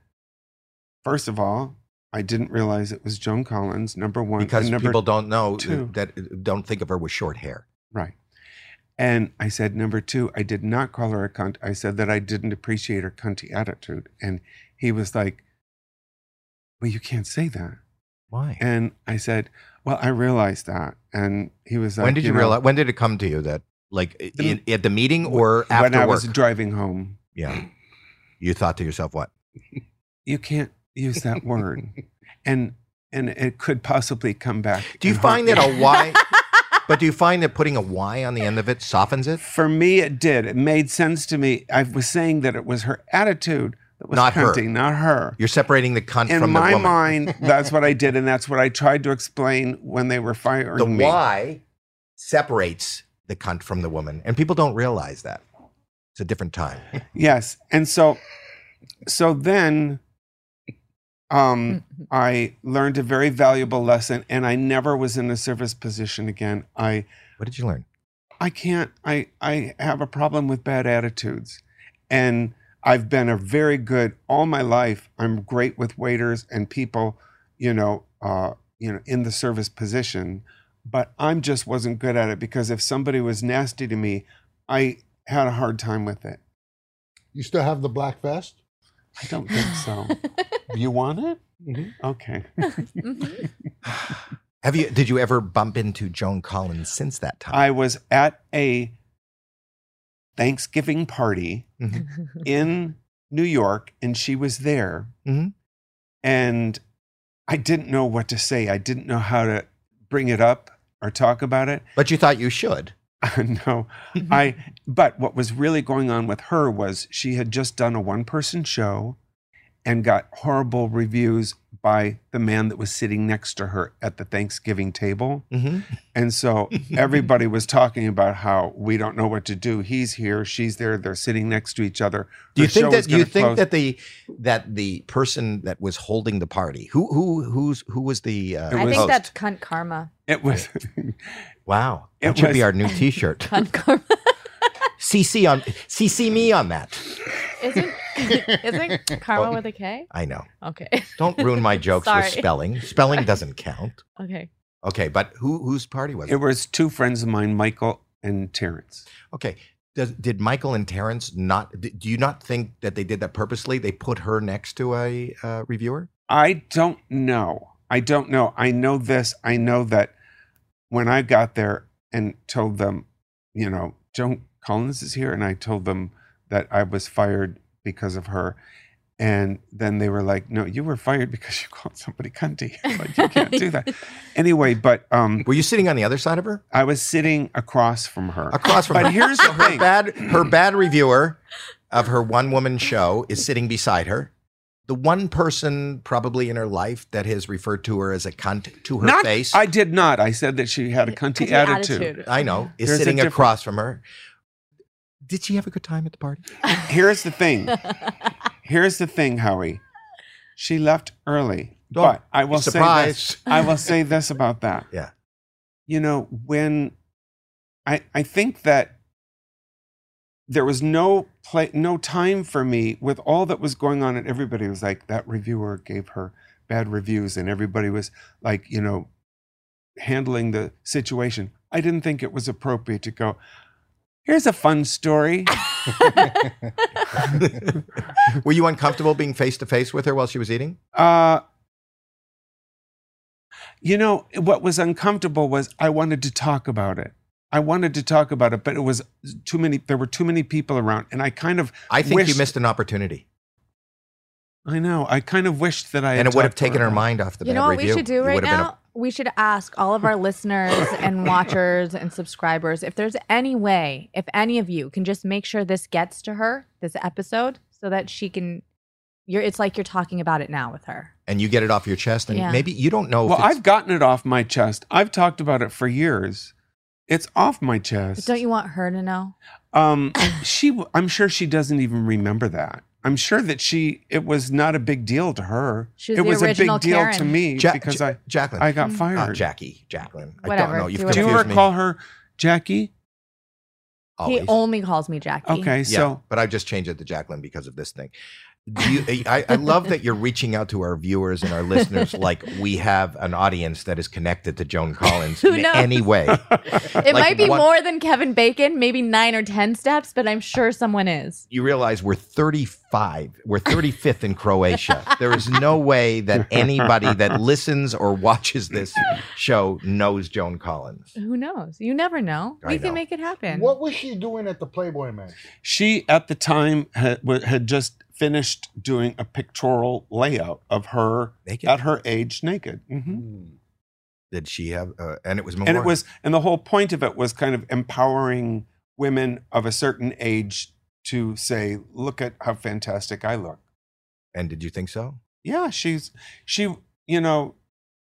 first of all, I didn't realize it was Joan Collins, number one. because and number people don't know two. that don't think of her with short hair. Right. And I said, number two, I did not call her a cunt. I said that I didn't appreciate her cunty attitude. And he was like, Well, you can't say that. Why? And I said, Well, I realized that. And he was like, when did you, know, realize? When did it come to you that, like, i- The- in, at the meeting or after When I work? was driving home, yeah. You thought to yourself, "What? you can't use that word. And and it could possibly come back. Do you and find haunt that me. a Y? but do you find that putting a Y on the end of it softens it? For me, it did. It made sense to me. I was saying that it was her attitude that was Not her. cunty, not her. You're separating the cunt in from my the woman. mind, that's what I did, and that's what I tried to explain when they were firing the me. Y separates the cunt from the woman, and people don't realize that. It's a different time. Yes, and so, so then, Hmm. um, I learned a very valuable lesson, and I never was in a service position again. I, What did you learn? I can't. I, I have a problem with bad attitudes, and I've been a very good all my life. I'm great with waiters and people, you know, uh, you know, in the service position, but I'm just wasn't good at it because if somebody was nasty to me, I had a hard time with it. You still have the black vest? I don't think so. you want it? Mhm. Okay. Mhm. Have you? Did you ever bump into Joan Collins since that time? I was at a Thanksgiving party Mhm. in New York, and she was there, Mhm. and I didn't know what to say. I didn't know how to bring it up or talk about it. but you thought you should. no, I. But what was really going on with her was she had just done a one-person show, and got horrible reviews by the man that was sitting next to her at the Thanksgiving table. Mm-hmm. And so everybody was talking about how we don't know what to do. He's here, she's there, they're sitting next to each other. Do you Her show think is that you gonna think close. that the that the person that was holding the party who who who's who was the uh, It I was- think host? that's cunt karma. it was wow it that should be was- our new T-shirt Cunt karma. CC on CC me on that Isn't isn't karma with a K? I know Okay. don't ruin my jokes Sorry. with spelling spelling doesn't count Okay. okay but who whose party was it it was two friends of mine, Michael and Terrence. okay Does, did Michael and Terrence not d- do you not think that they did that purposely they put her next to a uh, reviewer I don't know. I don't know. I know this. I know that when I got there and told them, you know, Joan Collins is here, and I told them that I was fired because of her. And then they were like, no, you were fired because you called somebody cunty. like, you can't do that. Anyway, but um, were you sitting on the other side of her I was sitting across from her. across from But her. here's So the her thing. bad her bad reviewer of her one woman show is sitting beside her. The one person probably in her life that has referred to her as a cunt to her Not- face. I did not. I said that she had a cunty, Cunty attitude. I know is There's a sitting difference. across from her. Did she have a good time at the party? Here's the thing. Here's the thing, Howie. She left early. But I will say this. Surprise! I will say this about that. Yeah. You know, when I I think that there was no play, no time for me with all that was going on and everybody was like that reviewer gave her bad reviews and everybody was like, you know, handling the situation. I didn't think it was appropriate to go Here's a fun story. Were you uncomfortable being face to face with her while she was eating? Uh, you know, what was uncomfortable was I wanted to talk about it. I wanted to talk about it, but it was too many, there were too many people around. And I kind of, I think you Wished- missed an opportunity. I know. I kind of wished that I. had and it would have talked to taken her about- mind off the you know bad what review. we should It do right would have been a- now? we should ask all of our listeners and watchers and subscribers if there's any way, if any of you can just make sure this gets to her, this episode, so that she can. You're, it's like you're talking about it now with her. and you get it off your chest, and Yeah. maybe you don't know. Well, if it's, I've gotten it off my chest. I've talked about it for years. It's off my But chest. don't you want her to know? Um, she. w- I'm sure she doesn't even remember that. I'm sure that she. It was not a big deal to her. She was it the was a original big deal to Karen. me Ja- because Ja- I Jacqueline, I got Mm. fired. not Jackie, Jacqueline. I Whatever, don't know. You've do Do you confused ever me. call her Jackie? Always. He only calls me Jackie. Okay, Yeah, so but I've just changed it to Jacqueline because of this thing. Do you, eh, I, I love that you're reaching out to our viewers and our listeners like we have an audience that is connected to Joan Collins Who in knows? any way. It Like might be one- more than Kevin Bacon, maybe nine or 10 steps, but I'm sure someone is. You realize we're 35, we're 35th in Croatia. There is no way that anybody that listens or watches this show knows Joan Collins. Who knows? You never know. I We can know. make it happen. What was she doing at the Playboy Mansion? she at the time had, wa- had just finished doing a pictorial layout of her Naked. at her age naked. Mm-hmm. hmm Did she have? Uh, and it was and Memorial. it was and the whole point of it was kind of empowering women of a certain age to say look at how fantastic i look And did you think so? yeah she's she you know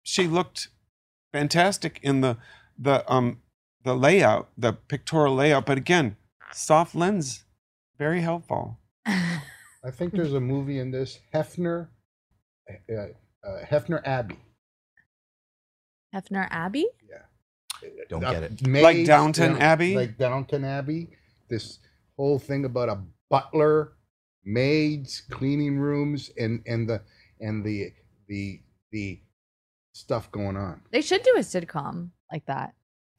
she looked fantastic in the the um the layout the pictorial layout but again soft lens very helpful I think there's a movie in this Hefner, uh, uh, Hefner Abbey. Hefner Abbey? Don't Uh, get it. maids, Like Downton you Abbey? Like Downton Abbey. This whole thing about a butler, maids, cleaning rooms, and and the and the the the stuff going on. They should do a sitcom like that.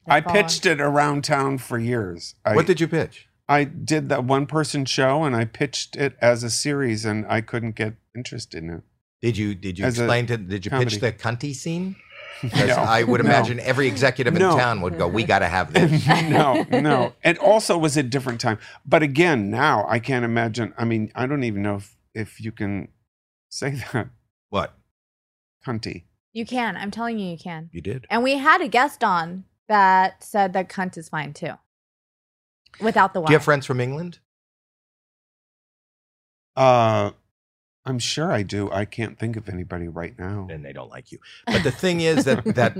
i pitched it around town for years I, what did you pitch? I did that one person show and i pitched it as a series and i couldn't get interest in it Did you did you As a explain to did you comedy. pitch the cunty scene? 'Cause No. I would No. imagine every executive in No. town would go, "We got to have this." no, no. It also was a different time. But again, now I can't imagine. I mean, I don't even know if, if you can say that, what cunty. You can. I'm telling you, you can. you did? And we had a guest on that said that cunt is fine too. Without the Y. Do you have friends from England? Uh, I'm sure I do. I can't think of anybody right now. And they don't like you. But the thing is that that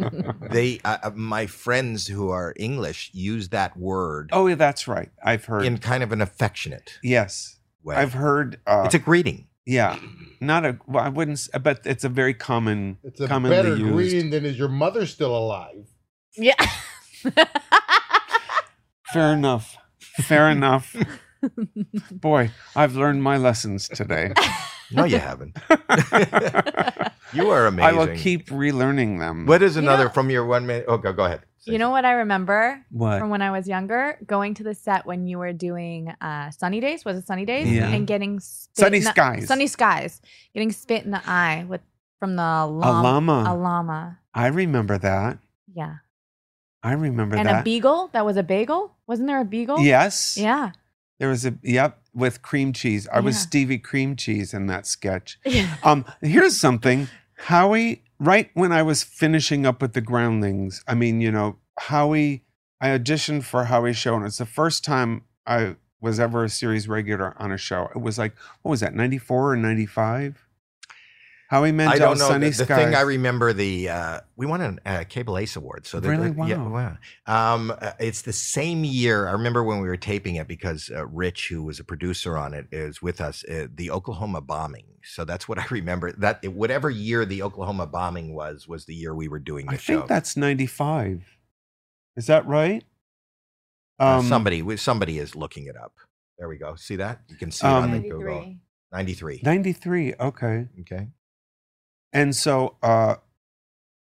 they uh, uh, my friends who are English use that word Oh, yeah, that's right. I've heard. in kind of an affectionate yes, way. I've heard. Uh, it's a greeting. yeah, not a. Well, I wouldn't. s- But it's a very common. It's a Commonly better used. greeting than is your mother still alive? Yeah. Fair enough. Fair enough. Boy, I've learned my lessons today. No, you haven't. You are amazing. I will keep relearning them. What is another You know- from your one minute? Oh, go go ahead. you know what I remember What? from when I was younger? Going to the set when you were doing uh, Sunny Days. Was it Sunny Days? Yeah. And getting spit Sunny in the- Skies. Sunny Skies. Getting spit in the eye with from the A llama. llama. A llama. I remember that. Yeah. I remember and that. a beagle. That was a bagel. Wasn't there a beagle? Yes. Yeah. There was a yep with cream cheese. I was Yeah. Stevie Cream Cheese in that sketch. Yeah. Um, here's something. Howie, right when I was finishing up with the groundlings, I mean, you know, Howie, I auditioned for Howie's show, and it's the first time I was ever a series regular on a show. It was like, what was that, 94 or 95? Howie Mandel, I don't know. Sunny the, the Skies. thing I remember the uh, we won an uh, Cable Ace Award. So the, Really? the- yeah, Wow. wow. Um, uh, it's the same year. I remember when we were taping it because uh, Rich, who was a producer on it, is with us. Uh, the Oklahoma bombing. So that's what I remember. That whatever year the Oklahoma bombing was was the year we were doing the I show. think that's 95. Is that right? Um, Uh, somebody we- somebody is looking it up. There we go. See that? You can see it on the Um, Google. Ninety three. 93. Okay. Okay. And so uh,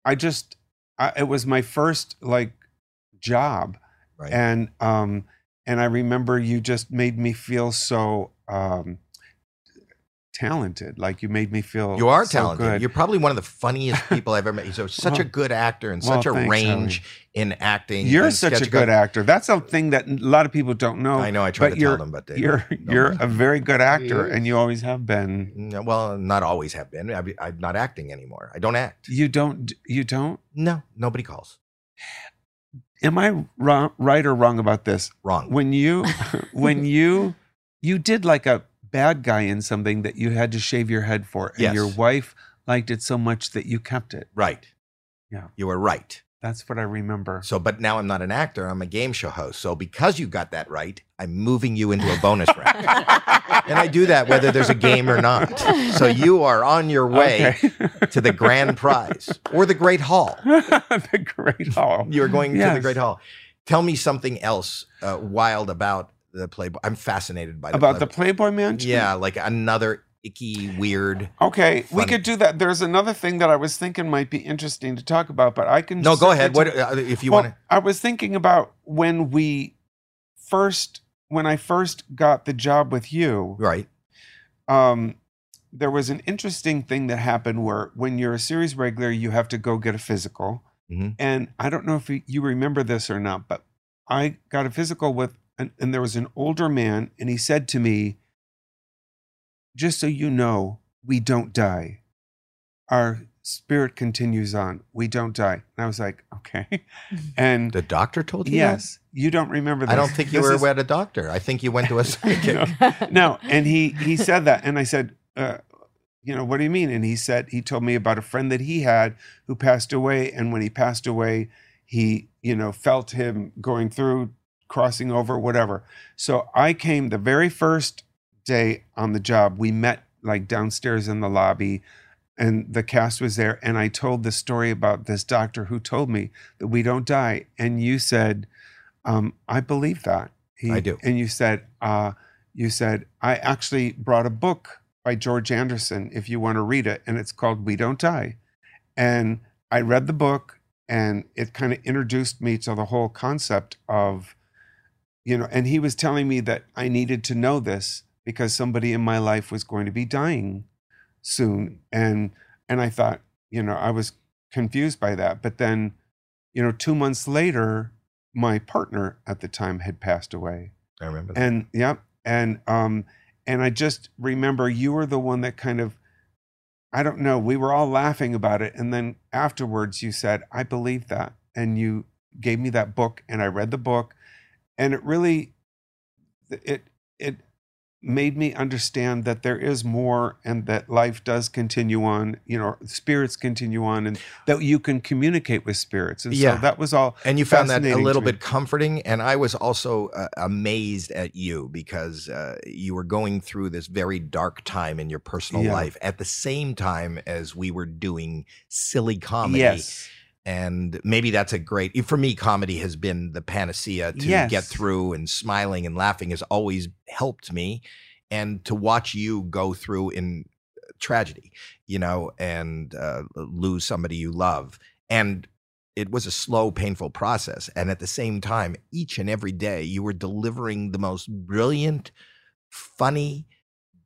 I just, I, it was my first like job. Right. And, um, and I remember you just made me feel so um, talented. Like you made me feel You are so talented. good. You're probably one of the funniest people I've ever met. You're such a Well- good actor and well, such a thanks, range in acting. You're and such a sketch good actor. That's a thing that a lot of people don't know. I know. I try but to tell you're- them, but they You're don't you're know. a very good actor, is. and you always have been. No, well, not always have been. I, I'm not acting anymore. I don't act. You don't. You don't. No, nobody calls. Am I wrong, right or wrong about this? Wrong. When you, when you, you did like a bad guy in something that you had to shave your head for, and Yes. your wife liked it so much that you kept it. right. Yeah. You were right. That's what I remember. So, but now I'm not an actor. I'm a game show host. So, because you got that right, I'm moving you into a bonus round. And I do that whether there's a game or not. So, you are on your way Okay. to the grand prize or the great hall. the great hall. You're going to the Yes. great hall. Tell me something else uh, wild about the Playboy. I'm fascinated by the About the Playboy. Playboy Mansion. uh, Yeah, like another icky, weird. Okay, we Funny. could do that. There's another thing that I was thinking might be interesting to talk about, but I can. No, circle go ahead. to- What uh, if you well, want to? I was thinking about when we first, when I first got the job with you. Right. Um, there was an interesting thing that happened where, when you're a series regular, you have to go get a physical, Mhm. and I don't know if you, you remember this or not, but I got a physical with, and, and there was an older man, and he said to me, "Just so you know, we don't die." our spirit continues on. We don't die. And I was like, okay. And The doctor told you. that? yes, you don't remember this. I don't think you This were is- at a doctor. I think you went to a psychic. No, and he he said that, and I said, uh, you know, what do you mean? And he said he told me about a friend that he had who passed away, and when he passed away, he you know felt him going through, crossing over, whatever. So I came the very first day on the job. We met like downstairs in the lobby. And the cast was there, and I told the story about this doctor who told me that we don't die. And you said, um, "I believe that." He, I do. And you said, uh, you said, I actually brought a book by George Anderson if you want to read it, and it's called We Don't Die. And I read the book, and it kind of introduced me to the whole concept of, you know, and he was telling me that I needed to know this because somebody in my life was going to be dying soon. And and I thought, you know, I was confused by that. But then, you know, two months later, my partner at the time had passed away. I remember. That. And yep. And um and I just remember you were the one that kind of I don't know, we were all laughing about it and then afterwards you said, "I believe that." And you gave me that book and I read the book and it really it it made me understand that there is more and that life does continue on, you know, spirits continue on and that you can communicate with spirits. And Yeah. so that was all And you found that a fascinating little to me. bit comforting. And I was also uh, amazed at you because uh, you were going through this very dark time in your personal Yeah. life at the same time as we were doing silly comedy. Yes. And maybe that's a great, for me, comedy has been the panacea to Yes. get through, and smiling and laughing has always helped me. And to watch you go through in uh, tragedy, you know, and uh, lose somebody you love. And it was a slow, painful process. And at the same time, each and every day, you were delivering the most brilliant, funny,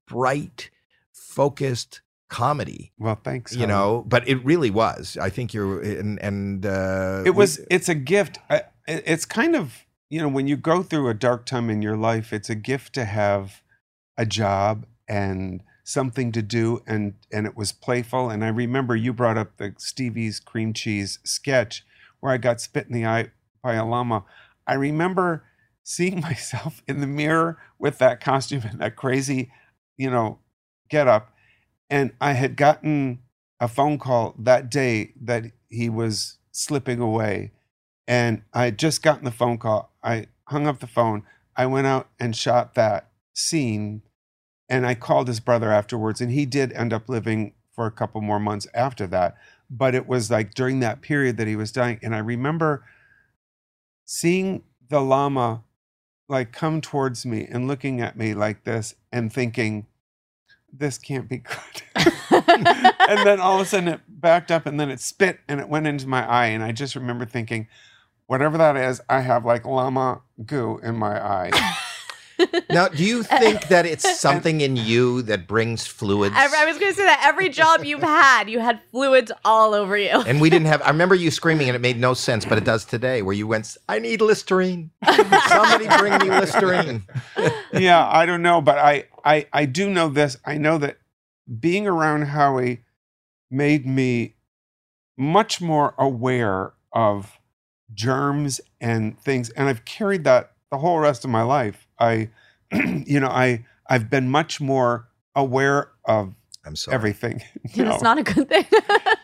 bright, focused comedy Well, thanks. you Howard. know but it really was i think you're and and uh it was we- it's a gift I, it- it's kind of you know when you go through a dark time in your life it's a gift to have a job and something to do and and it was playful and i remember you brought up the stevie's cream cheese sketch where i got spit in the eye by a llama i remember seeing myself in the mirror with that costume and that crazy you know get up and i had gotten a phone call that day that he was slipping away. And I had just gotten the phone call. I hung up the phone. I went out and shot that scene. And I called his brother afterwards. And he did end up living for a couple more months after that. But it was like during that period that he was dying. And I remember seeing the llama like come towards me and looking at me like this and thinking, this can't be good. and then all of a sudden it backed up and then it spit and it went into my eye and i just remember thinking whatever that is i have like llama goo in my eye Now, do you think that it's something in you that brings fluids? I, I was going to say that every job you've had, you had fluids all over you. and we didn't have. I remember you screaming, and it made no sense, but it does today. Where you went, "S- I need Listerine. Somebody bring me Listerine. yeah, I don't know, but I, I I do know this. I know that being around Howie made me much more aware of germs and things, and I've carried that the whole rest of my life. I, you know, I I've been much more aware of I'm sorry. everything. You And know, it's not a good thing.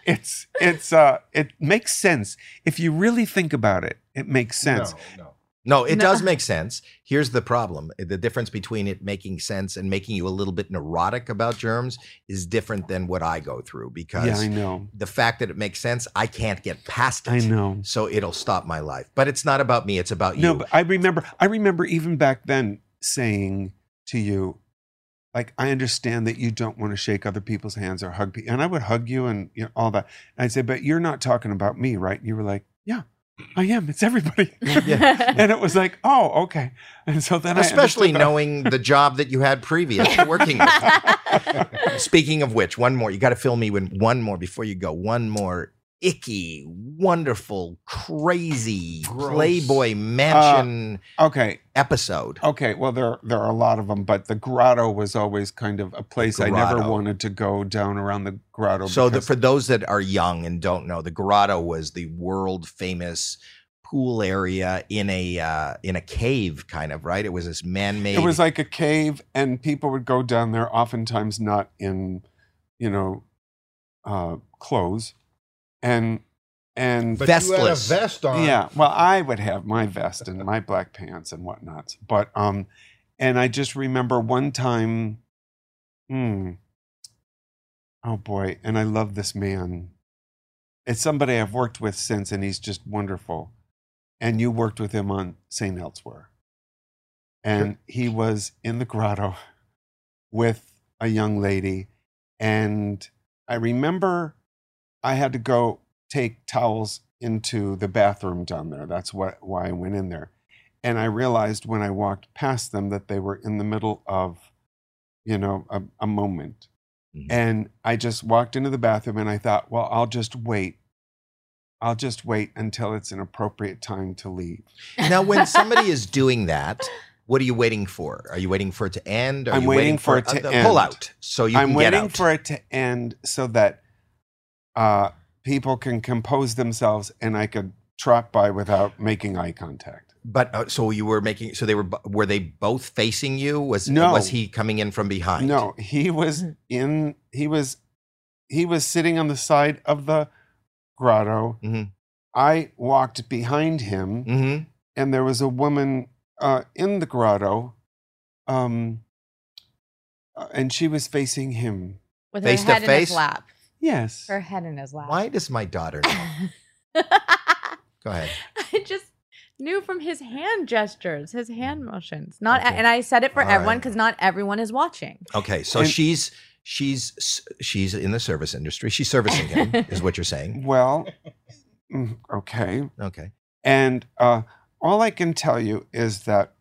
it's it's uh it makes sense if you really think about it. It makes sense. No, no. no, it No. does make sense. Here's the problem: the difference between it making sense and making you a little bit neurotic about germs is different than what I go through because Yeah, I know. the fact that it makes sense, I can't get past it. I know. So it'll stop my life. But it's not about me, it's about No, you. but I remember. I remember even back then saying to you, like, I understand that you don't want to shake other people's hands or hug people, and I would hug you and you know, all that. And I'd say, but you're not talking about me, right? You were like, yeah, I am. It's everybody. and it was like, oh, okay. And so then, I Especially understood that. knowing the job that you had previous to working with. Speaking of which, one more. You got to fill me with one more before you go. One more icky, wonderful, crazy Gross. Uh, Playboy Mansion Okay, episode. okay. Well, there there are a lot of them, but the grotto was always kind of a place I never Grotto. wanted to go down around the grotto. So, the, because- for those that are young and don't know, the Grotto was the world famous pool area in a uh, in a cave, kind of right. It was this man made. It was like a cave, and people would go down there, oftentimes not in, you know, uh, clothes, and and But you had a Vestless. vest on. yeah. Well, I would have my vest and my black pants and whatnot, but um, and I just remember one time, hmm, oh boy, and I love this man. It's somebody I've worked with since, and he's just wonderful. And you worked with him on St. Elsewhere. And he was in the grotto with a young lady. And I remember I had to go take towels into the bathroom down there. That's what, why I went in there. And I realized when I walked past them that they were in the middle of, you know, a, a moment. Mhm. And I just walked into the bathroom and I thought, well, I'll just wait. I'll just wait until it's an appropriate time to leave. Now, when somebody is doing that, what are you waiting for? Are you waiting for it to end? Are I'm you waiting for it uh, to the end. pull out so you I'm can waiting get out? for it to end so that uh, people can compose themselves and I could trot by without making eye contact. but uh, so you were making so they were bo- were they both facing you? Was No. was he coming in from behind? No, he was in. He was he was sitting on the side of the grotto. Mhm. I walked behind him, hmm and there was a woman uh, in the grotto, um, uh, and she was facing him. With Face her to head in face? his lap. Yes. Her head in his lap. Why does my daughter know? I Go ahead. just knew from his hand gestures, his hand motions. Not Okay. and I said it for All right. everyone because not everyone is watching. Okay, so And- she's she's s- she's in the service industry. She's servicing him, is what you're saying. Well, mm, okay. Okay. And uh, all I can tell you is that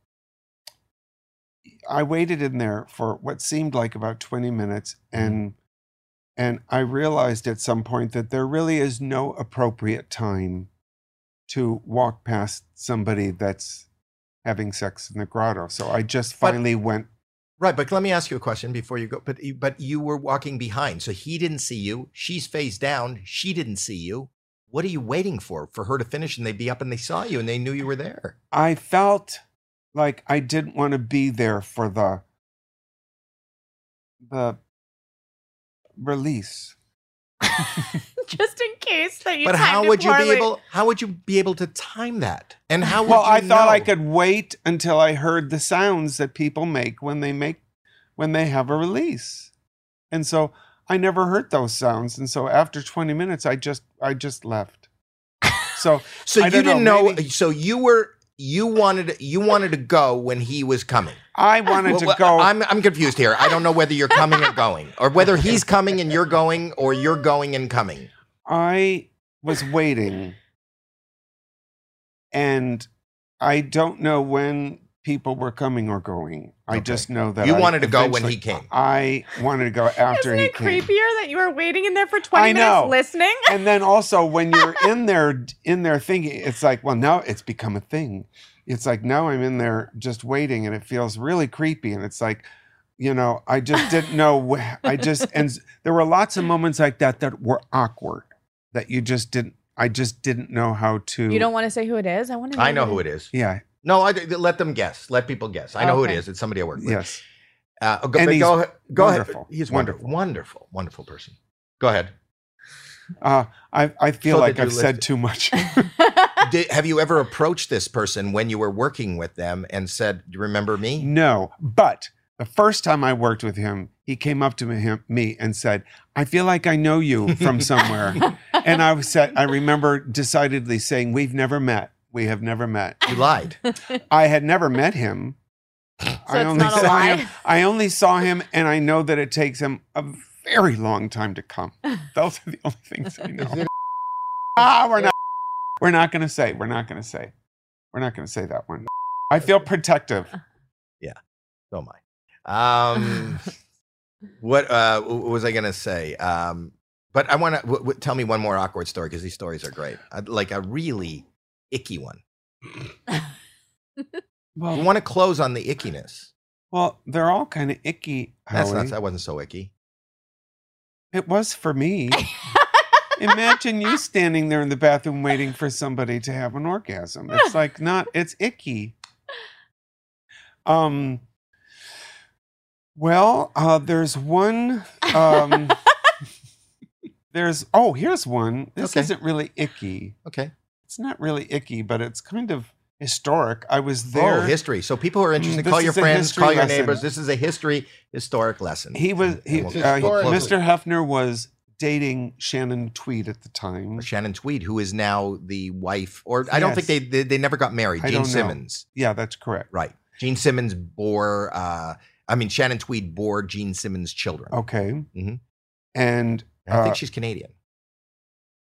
I waited in there for what seemed like about 20 minutes and and I realized at some point that there really is no appropriate time to walk past somebody that's having sex in the grotto. So I just But- finally went Right, but let me ask you a question before you go. But but you were walking behind, so he didn't see you. She's face down. She didn't see you. What are you waiting for? For her to finish, and they'd be up, and they saw you, and they knew you were there. I felt like I didn't want to be there for the the release. Just in case that you but timed how it would you be poorly. able? How would you be able to time that? And how? Would Well, you I thought I know? could wait until I heard the sounds that people make when they make when they have a release. And so I never heard those sounds and so after 20 minutes I just I just left. So So I you don't didn't know, know. maybe- So you were. You wanted. You wanted to go when he was coming. I wanted Well, well, to go I'm, I'm confused here. I don't know whether you're coming or going, or whether he's coming and you're going, or you're going and coming. I was waiting, and I don't know when people were coming or going. I Okay. just know that You I wanted to go when eventually- he came. I wanted to go after Isn't he it came. creepier that you were waiting in there for 20 I minutes know. listening? and then also when you're in there in there thinking it's like well now it's become a thing it's like now i'm in there just waiting and it feels really creepy and it's like you know i just didn't know wh- i just and s- there were lots of moments like that that were awkward that you just didn't i just didn't know how to You don't want to say who it is? I want to I know who it is. yeah No, I, let them guess. Let people guess. I know who Okay. it is. It's somebody I work with. yes Uh, go, And but he's go, go wonderful. ahead. He's wonderful. Wonderful. Wonderful person. Go ahead. uh, I, I feel So like did you i've said list- too much Did, have you ever approached this person when you were working with them and said, "Do you remember me?" No, but the first time I worked with him, he came up to me, him, me and said, "I feel like I know you from somewhere." and I was said, I remember decidedly saying, "We've never met. We have never met." You lied. I had never met him. So it's not a saw lie. him. I only saw him, and I know that it takes him a very long time to come. Those are the only things I know. Is it Ah, we're not. We're not going to say. We're not going to say. We're not going to say that one. I feel protective. So am I. Oh, Um, what uh, w- what was I going to say? Um, but I want to w- w- tell me one more awkward story because these stories are great. i like a really icky one. Well, You want to close on the ickiness. Well, they're all kind of icky. That's Howie. not. That wasn't so icky. It was for me. Imagine you standing there in the bathroom waiting for somebody to have an orgasm. It's like not. It's icky. Um. Well, uh, there's one. Um, there's oh, here's one. This Okay. isn't really icky. Okay. It's not really icky, but it's kind of historic. I was There, there. oh, history. So people who are interested, Mm, call this your is a friends, history call your lesson. neighbors. This is a history historic lesson. He was And- he, and uh, he- Historically. Mr. Hefner was dating Shannon Tweed at the time. Shannon Tweed, who is now the wife, or I don't think they, Yes. they they never got married. I Gene don't know. Simmons, Yeah, that's correct. right? Gene Simmons bore. Uh, I mean, Shannon Tweed bore Gene Simmons' children. Okay. Mhm. And And I think Oh, uh, she's Canadian.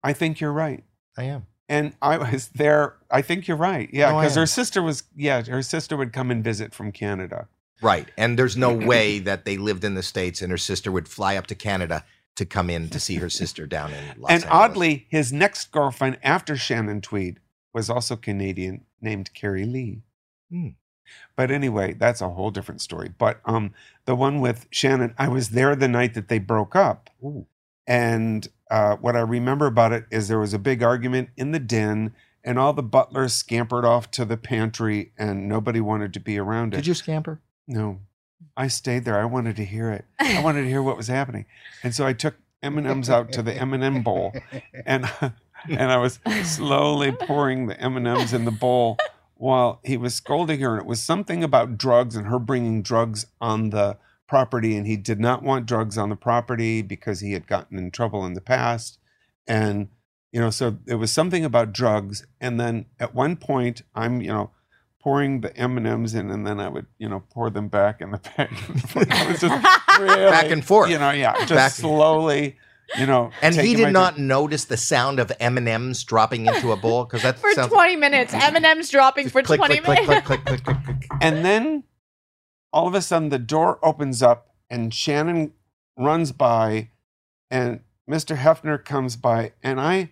I think you're right. I am. And I was there. I think you're right. Yeah, No, I because am. her sister was. Yeah, her sister would come and visit from Canada. Right, and there's no way that they lived in the states, and her sister would fly up to Canada to come in to see her sister down in Los and Angeles. oddly, his next girlfriend after Shannon Tweed was also Canadian, named Carrie Lee. Hmm. But anyway, that's a whole different story. But um, the one with Shannon, I was there the night that they broke up. Ooh. And uh, what I remember about it is there was a big argument in the den, and all the butlers scampered off to the pantry, and nobody wanted to be around it. did you scamper? No, I stayed there. I wanted to hear it. I wanted to hear what was happening, and so I took M and M's out to the M and m bowl and and I was slowly pouring the M and M's in the bowl while he was scolding her, and it was something about drugs and her bringing drugs on the property, and he did not want drugs on the property because he had gotten in trouble in the past, and you know, so it was something about drugs, and then at one point, I'm you know. Pouring the M and M's in, and then I would, you know, pour them back in the bag. I was just really, Back and forth. you know, yeah, just Back- slowly, you know. And he taking my did time. not notice the sound of M and M's dropping into a bowl because that For sounds 20 minutes. M&M's dropping for click, 20 click, minutes. click, click, click, click, click, click. And then all of a sudden the door opens up and Shannon runs by and Mr. Hefner comes by and I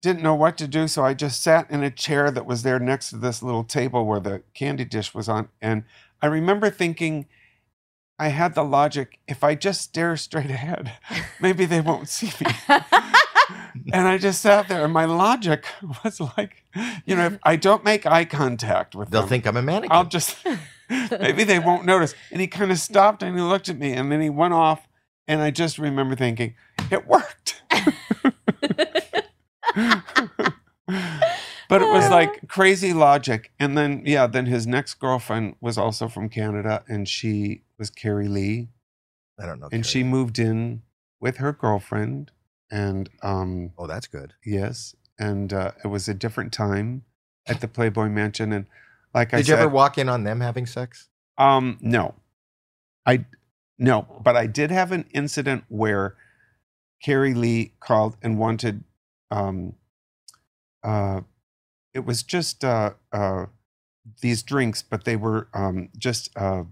didn't know what to do so I just sat in a chair that was there next to this little table where the candy dish was on and I remember thinking I had the logic if I just stare straight ahead maybe they won't see me. and I just sat there and my logic was like you know if I don't make eye contact with They'll them think I'm a mannequin. I'll just maybe they won't notice. And he kind of stopped and he looked at me and then he went off. And I just remember thinking, it worked. but it was like crazy logic. And then, yeah, then his next girlfriend was also from Canada and she was Carrie Lee. I don't know. And she Carrie. moved in with her girlfriend. And um, Oh, that's good. yes, and uh, it was a different time at the Playboy Mansion. And like I Did you said, ever walk in on them having sex? Um, no, I no, but I did have an incident where Carrie Lee called and wanted. Um, uh, it was just uh, uh, these drinks, but they were um, just uh,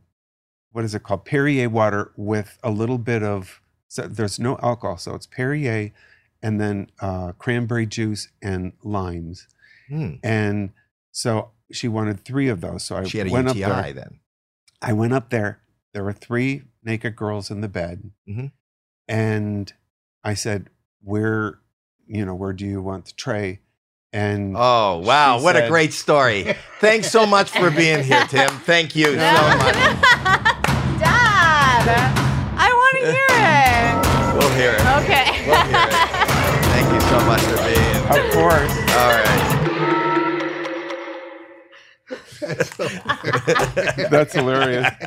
what is it called? Perrier water with a little bit of so there's no alcohol, so it's Perrier, and then uh, cranberry juice and limes. Hmm. And so she wanted three of those. So I She had a went UTI up there. then. I went up there. There were three naked girls in the bed, Mhm. and I said, "Where, you know, where do you want the tray?" And Oh wow, She what a said- great story! Thanks so much for being here, Tim. Thank you so much. Dad, I want to hear We'll hear it. it. Okay. We'll hear it. Thank you so much for being. of course. All right. That's hilarious.